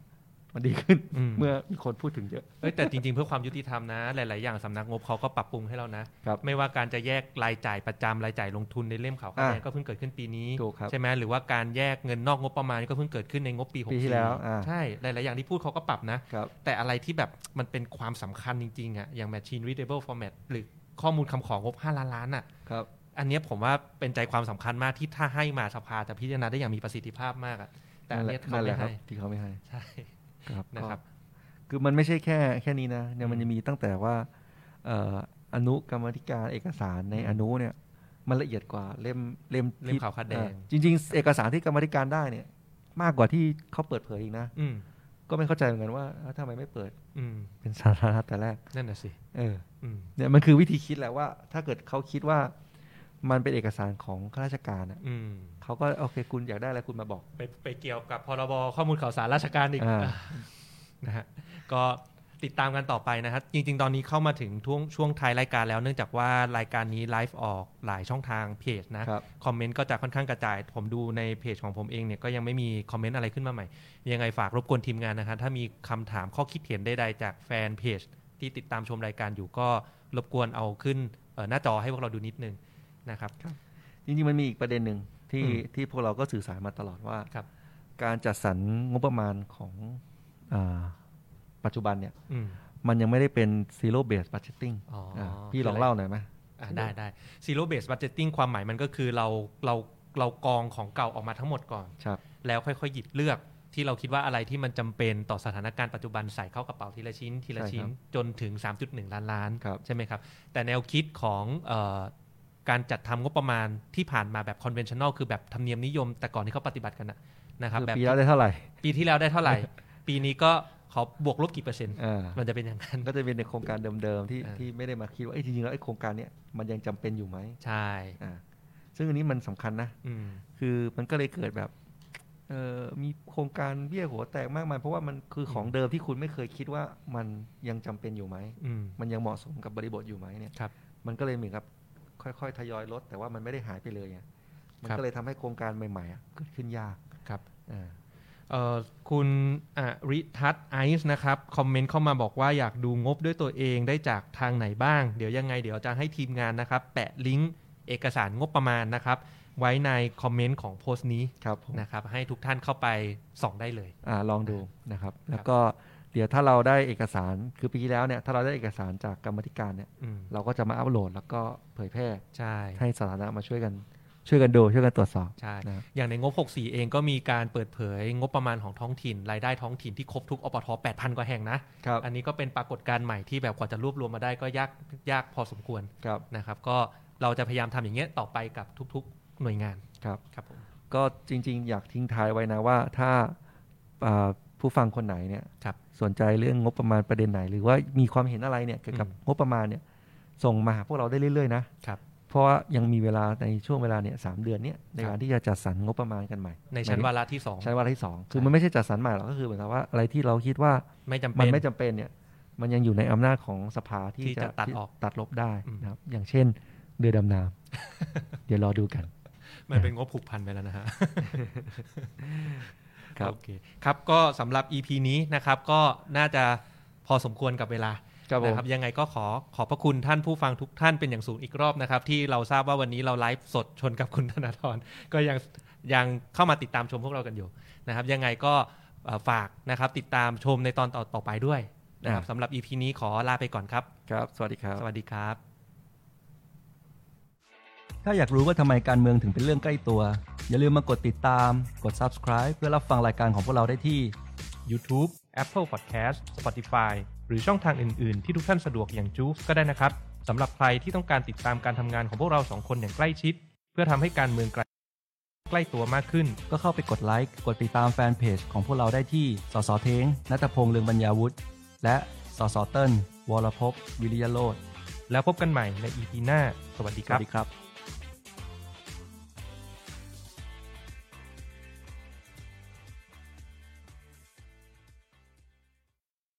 Speaker 3: มันดีขึ้น
Speaker 5: อืม
Speaker 3: เมื่อมีคนพูดถึงเยอะ
Speaker 5: เอ้ยแต่จริงๆเพื่อความยุติธรรมนะ หลาย ๆ อย่างสำนักงบเขาก็ปรับปรุงให้เรานะ
Speaker 3: ครับ
Speaker 5: ไม่ว่าการจะแยกรายจ่ายประจำรายจ่ายลงทุนในเล่มขาวคะแนน
Speaker 3: อ่ะ
Speaker 5: ก็เพิ่งเกิดขึ้นปีนี้
Speaker 3: ถูกครับ
Speaker 5: ใช่ไหมหรือว่าการแยกเงินนอกงบประมาณก็เพิ่งเกิดขึ้นในงบปี
Speaker 3: ปีที่แล้วอ่ะ
Speaker 5: 64ใช่หลาย ๆ อย่างที่พูดเขาก็ปรับนะ
Speaker 3: ครับ
Speaker 5: แต่อะไรที่แบบมันเป็นความสำคัญจริง ๆอะอย่าง machine readable format หรือข้อมูลคำของงบ 5 ล้านล้านอะ
Speaker 3: ครับ
Speaker 5: อันเนี้ยผมว่าเป็นใจความสำคัญมากที่ถ้าให้มาสภาจะพิจารณาได้อย่างมีประสิทธิภาพมากอะแต่อันเนี้ยเขา
Speaker 3: นั่นแหละ
Speaker 5: ไม่
Speaker 3: ครับ
Speaker 5: ให้
Speaker 3: ที่เขาไม่ให้
Speaker 5: ใช่
Speaker 3: ครับ
Speaker 5: นะครับ
Speaker 3: ก็คือมันไม่ใช่แค่แค่นี้นะเนี่ยมัน
Speaker 5: อืม
Speaker 3: จะมีตั้งแต่ว่าเอ่ออนุกรรมธิการเอกสารในอนุเนี่ยมันละเอียดกว่าเล่มเล่ม
Speaker 5: เล่ม
Speaker 3: ที่
Speaker 5: ขาวคาดแดง
Speaker 3: อ่จริง ๆ เอกสารที่กรรมธิการได้เนี่ย มากกว่าที่เขาเปิดเผยอีกนะ
Speaker 5: อืม
Speaker 3: ก็ไม่เข้าใจเหมือนกันว่าเอ้าทำไมไม่เปิด
Speaker 5: อืม
Speaker 3: เป็นสาธารณะแต่แรก
Speaker 5: นั่นน่ะสิ
Speaker 3: เออ
Speaker 5: อืม
Speaker 3: เนี่ยมันคือวิธีคิดแหละว่า ถ้าเกิดเขาคิดว่ามันเป็นเอกสารของข้าราชการอะ
Speaker 5: อืม
Speaker 3: เขาก็โอเคคุณอยากได้อะไรคุณมาบอก
Speaker 5: ไปไปเกี่ยวกับพรบข้อมูลข่าวสารราชการอีก
Speaker 3: อ่า
Speaker 5: นะฮะก็ติดตามกันต่อไปนะครับ จริง ๆ ตอนนี้เข้ามาถึงช่วงช่วงท้ายรายการแล้ว เนื่องจากว่ารายการนี้ไลฟ์ออกหลายช่องทางเพจนะครับ คอมเมนต์ก็จะค่อนข้างกระจาย ผมดูในเพจของผมเองเนี่ยก็ยังไม่มีคอมเมนต์อะไรขึ้นมาใหม่ ยังไงฝากรบกวนทีมงานนะครับถ้ามีคำถามข้อคิดเห็นใดๆจากแฟนเพจที่ติดตามชมรายการอยู่ก็รบกวนเอาขึ้นเอ่อหน้าจอให้พวกเราดูนิดนึงนะครับ
Speaker 3: จริงๆมันมีอีกประเด็นหนึ่งที่
Speaker 5: อืม
Speaker 3: ที่พวกเราก็สื่อสารมาตลอดว่า
Speaker 5: ครับ
Speaker 3: การจัดสรรงบประมาณของอาปัจจุบันเนี่ย
Speaker 5: อืม
Speaker 3: มันยังไม่ได้เป็น zero based budgeting
Speaker 5: อ๋ออ่
Speaker 3: าพี่ลองเล่าหน่อยไหม
Speaker 5: อ่ะได้ได้ zero base budgeting ความหมายมันก็คือเราเราเรากองของเก่าออกมาทั้งหมดก่อน
Speaker 3: ครับ
Speaker 5: แล้วค่อยๆหยิบเลือกที่เราคิดว่าอะไรที่มันจำเป็นต่อสถานการณ์ปัจจุบันใส่เข้ากระเป๋าทีละชิ้น ทีละชิ้น
Speaker 3: ใช่ค
Speaker 5: จนถึง 3.1 ล้านล้าน
Speaker 3: ครับ
Speaker 5: ใช่ไหมครับ แต่แนวคิดของเออการจัดทำงบประมาณที่ผ่านมาแบบ conventional คือแบบธรรมเนียมนิยม แต่ก่อนที่เขาปฏิบัติกันนะนะครับ
Speaker 3: คือ
Speaker 5: แบบ
Speaker 3: ปีแล้วได้เท่าไหร่
Speaker 5: ปีที่แล้วได้เท่า ไหร่ ปีนี้ก็ขอบวกลบกี่เปอร์เซ็นต์
Speaker 3: อ่า
Speaker 5: มันจะเป็นอย่างนั้น
Speaker 3: ก็จะเป็นในโครงการเดิมๆที่
Speaker 5: อ่า
Speaker 3: ที่ไม่ได้มาคิดว่าเอ้ยจริงๆแล้วไอ้โครงการเนี้ยมันยังจำเป็นอยู่ไหม
Speaker 5: ใช่
Speaker 3: อ่าซึ่งอันนี้มันสำคัญนะ
Speaker 5: อืม
Speaker 3: คือมันก็เลยเกิดแบบเออมีโครงการเบี้ยหัวแตกมากมาย เพราะว่ามันคือของเดิมที่คุณไม่เคยคิดว่ามันยังจำเป็นอยู่ไหม
Speaker 5: อืม
Speaker 3: มันยังเหมาะสมกับบริบทอยู่ไหมเนี่ย
Speaker 5: ครับ
Speaker 3: มันก็เลยเหมือนกับค่อยๆ ทยอยลด แต่ว่ามันไม่ได้หายไปเลยไงมัน
Speaker 5: ครับ
Speaker 3: ก็เลยทำให้โครงการใหม่ๆอ่ะเกิดขึ้นยาก
Speaker 5: ครับ
Speaker 3: อ่า
Speaker 5: เอ่อคุณอริทัศน์ไอซ์นะครับ คอมเมนต์เข้ามาบอกว่าอยากดูงบด้วยตัวเองได้จากทางไหนบ้าง เดี๋ยวยังไงเดี๋ยวจะให้ทีมงานนะครับ แปะลิงก์เอกสารงบประมาณนะครับ ไว้ในคอมเมนต์ของโพสต์นี้
Speaker 3: ครับผม
Speaker 5: นะครับ ให้ทุกท่านเข้าไปส่องได้เลย
Speaker 3: อ่าลองดูนะครับ แล้วก็เดี๋ยวถ้าเราได้เอกสารคือปีที่แล้วเนี่ยถ้าเราได้เอกสารจากกรรมธิการเนี่ย
Speaker 5: อืม
Speaker 3: เราก็จะมาอัปโหลด แล้วก็เผยแพร่
Speaker 5: ใช่
Speaker 3: ให้สาธารณะมาช่วยกันช่วยกันดูช่วยกันตรวจสอบ
Speaker 5: ใช่
Speaker 3: นะครับ
Speaker 5: อย่างในงบ 64 เองก็มีการเปิดเผยงบประมาณของท้องถิ่น รายได้ท้องถิ่นที่ครบทุกอปท 8,000 กว่าแห่งนะ
Speaker 3: ครับ
Speaker 5: อันนี้ก็เป็นปรากฏการณ์ใหม่ที่แบบกว่าจะรวบรวมมาได้ก็ยากยากพอสมควร
Speaker 3: ครับ
Speaker 5: นะครับก็เราจะพยายามทำอย่างเงี้ยต่อไปกับทุกๆหน่วยงาน
Speaker 3: ครับ
Speaker 5: ครับผม
Speaker 3: ก็จริงๆ อยากทิ้งท้ายไว้นะว่าถ้าอ่าผู้ฟังคนไหนเนี่ย
Speaker 5: ครับ
Speaker 3: สนใจเรื่องงบประมาณประเด็นไหน หรือว่ามีความเห็นอะไรเนี่ยเกี่ยวกับ
Speaker 5: อืม
Speaker 3: งบประมาณเนี่ยส่งมาหาพวกเราได้เรื่อยๆนะครับเพราะว่ายังมีเวลาในช่วงเวลาเนี่ยสามเดือนเนี่ยใน
Speaker 5: ครับ
Speaker 3: การที่จะจัดสรรงบประมาณกันใหม่
Speaker 5: ในชั้น
Speaker 3: หม
Speaker 5: วาย
Speaker 3: ถึง
Speaker 5: ระที่สอง
Speaker 3: ชั้นวาระที่สองคือ
Speaker 5: ใช่
Speaker 3: มันไม่ใช่จัดสรรใหม่หรอกก็คือเหมือนกับว่าอะไรที่เราคิดว่า
Speaker 5: ไม่จำ
Speaker 3: มั
Speaker 5: เป็น น
Speaker 3: ไม่จำเป็นเนี่ยมันยังอยู่ในอำนาจของสภาที่
Speaker 5: ที่จะตัดออก
Speaker 3: ตัดลบได้
Speaker 5: อืม
Speaker 3: นะครับอย่างเช่นเรือดำน้ำ เดี๋ยวรอดูกัน
Speaker 5: มันเป็นงบผูกพันไปแล้วนะฮะ
Speaker 3: ครับ
Speaker 5: โอเคครับก็สำหรับ EP นี้นะครับก็น่าจะพอสมควรกับเวลา
Speaker 3: ครับผม
Speaker 5: นะครับยังไงก็ขอขอบพระคุณท่านผู้ฟังทุกท่านเป็นอย่างสูงอีกรอบนะครับ ที่เราทราบว่าวันนี้เราไลฟ์สดชนกับคุณธนาธร ก็ยังยังเข้ามาติดตามชมพวกเรากันอยู่นะครับ ยังไงก็เอ่อฝากนะครับติดตามชมในตอนต่อต่อไปด้วยนะครับสำหรับ EP นี้ขอลาไปก่อนครับ
Speaker 3: ครับ สวัสดีครับ
Speaker 5: สวัสดีครับ
Speaker 3: ถ้าอยากรู้ว่าทำไมการเมืองถึงเป็นเรื่องใกล้ตัว อย่าลืมมากดติดตาม กด subscribe เพื่อรับฟังรายการของพวกเราได้ที่
Speaker 5: YouTube Apple Podcast Spotify หรือช่องทางอื่น ๆ ที่ทุกท่านสะดวกอย่างจูฟก็ได้นะครับ สำหรับใครที่ต้องการติดตามการทำงานของพวกเราสองคนอย่างใกล้ชิด เพื่อทำให้การเมืองไกลใกล้ตัวมากขึ้น
Speaker 3: ก็เข้าไปกดไลค์ กดติดตามแฟนเพจของพวกเราได้ที่ สสเทงนัตพงษ์เลืองบรรยาวุฒิ และสสเติ้ลวรภพวิริยโรธ
Speaker 5: แล้วพบกันใหม่ใน EP หน้า สวัสดี
Speaker 3: ส
Speaker 5: ค
Speaker 3: วั
Speaker 5: รับ
Speaker 3: สดีครับ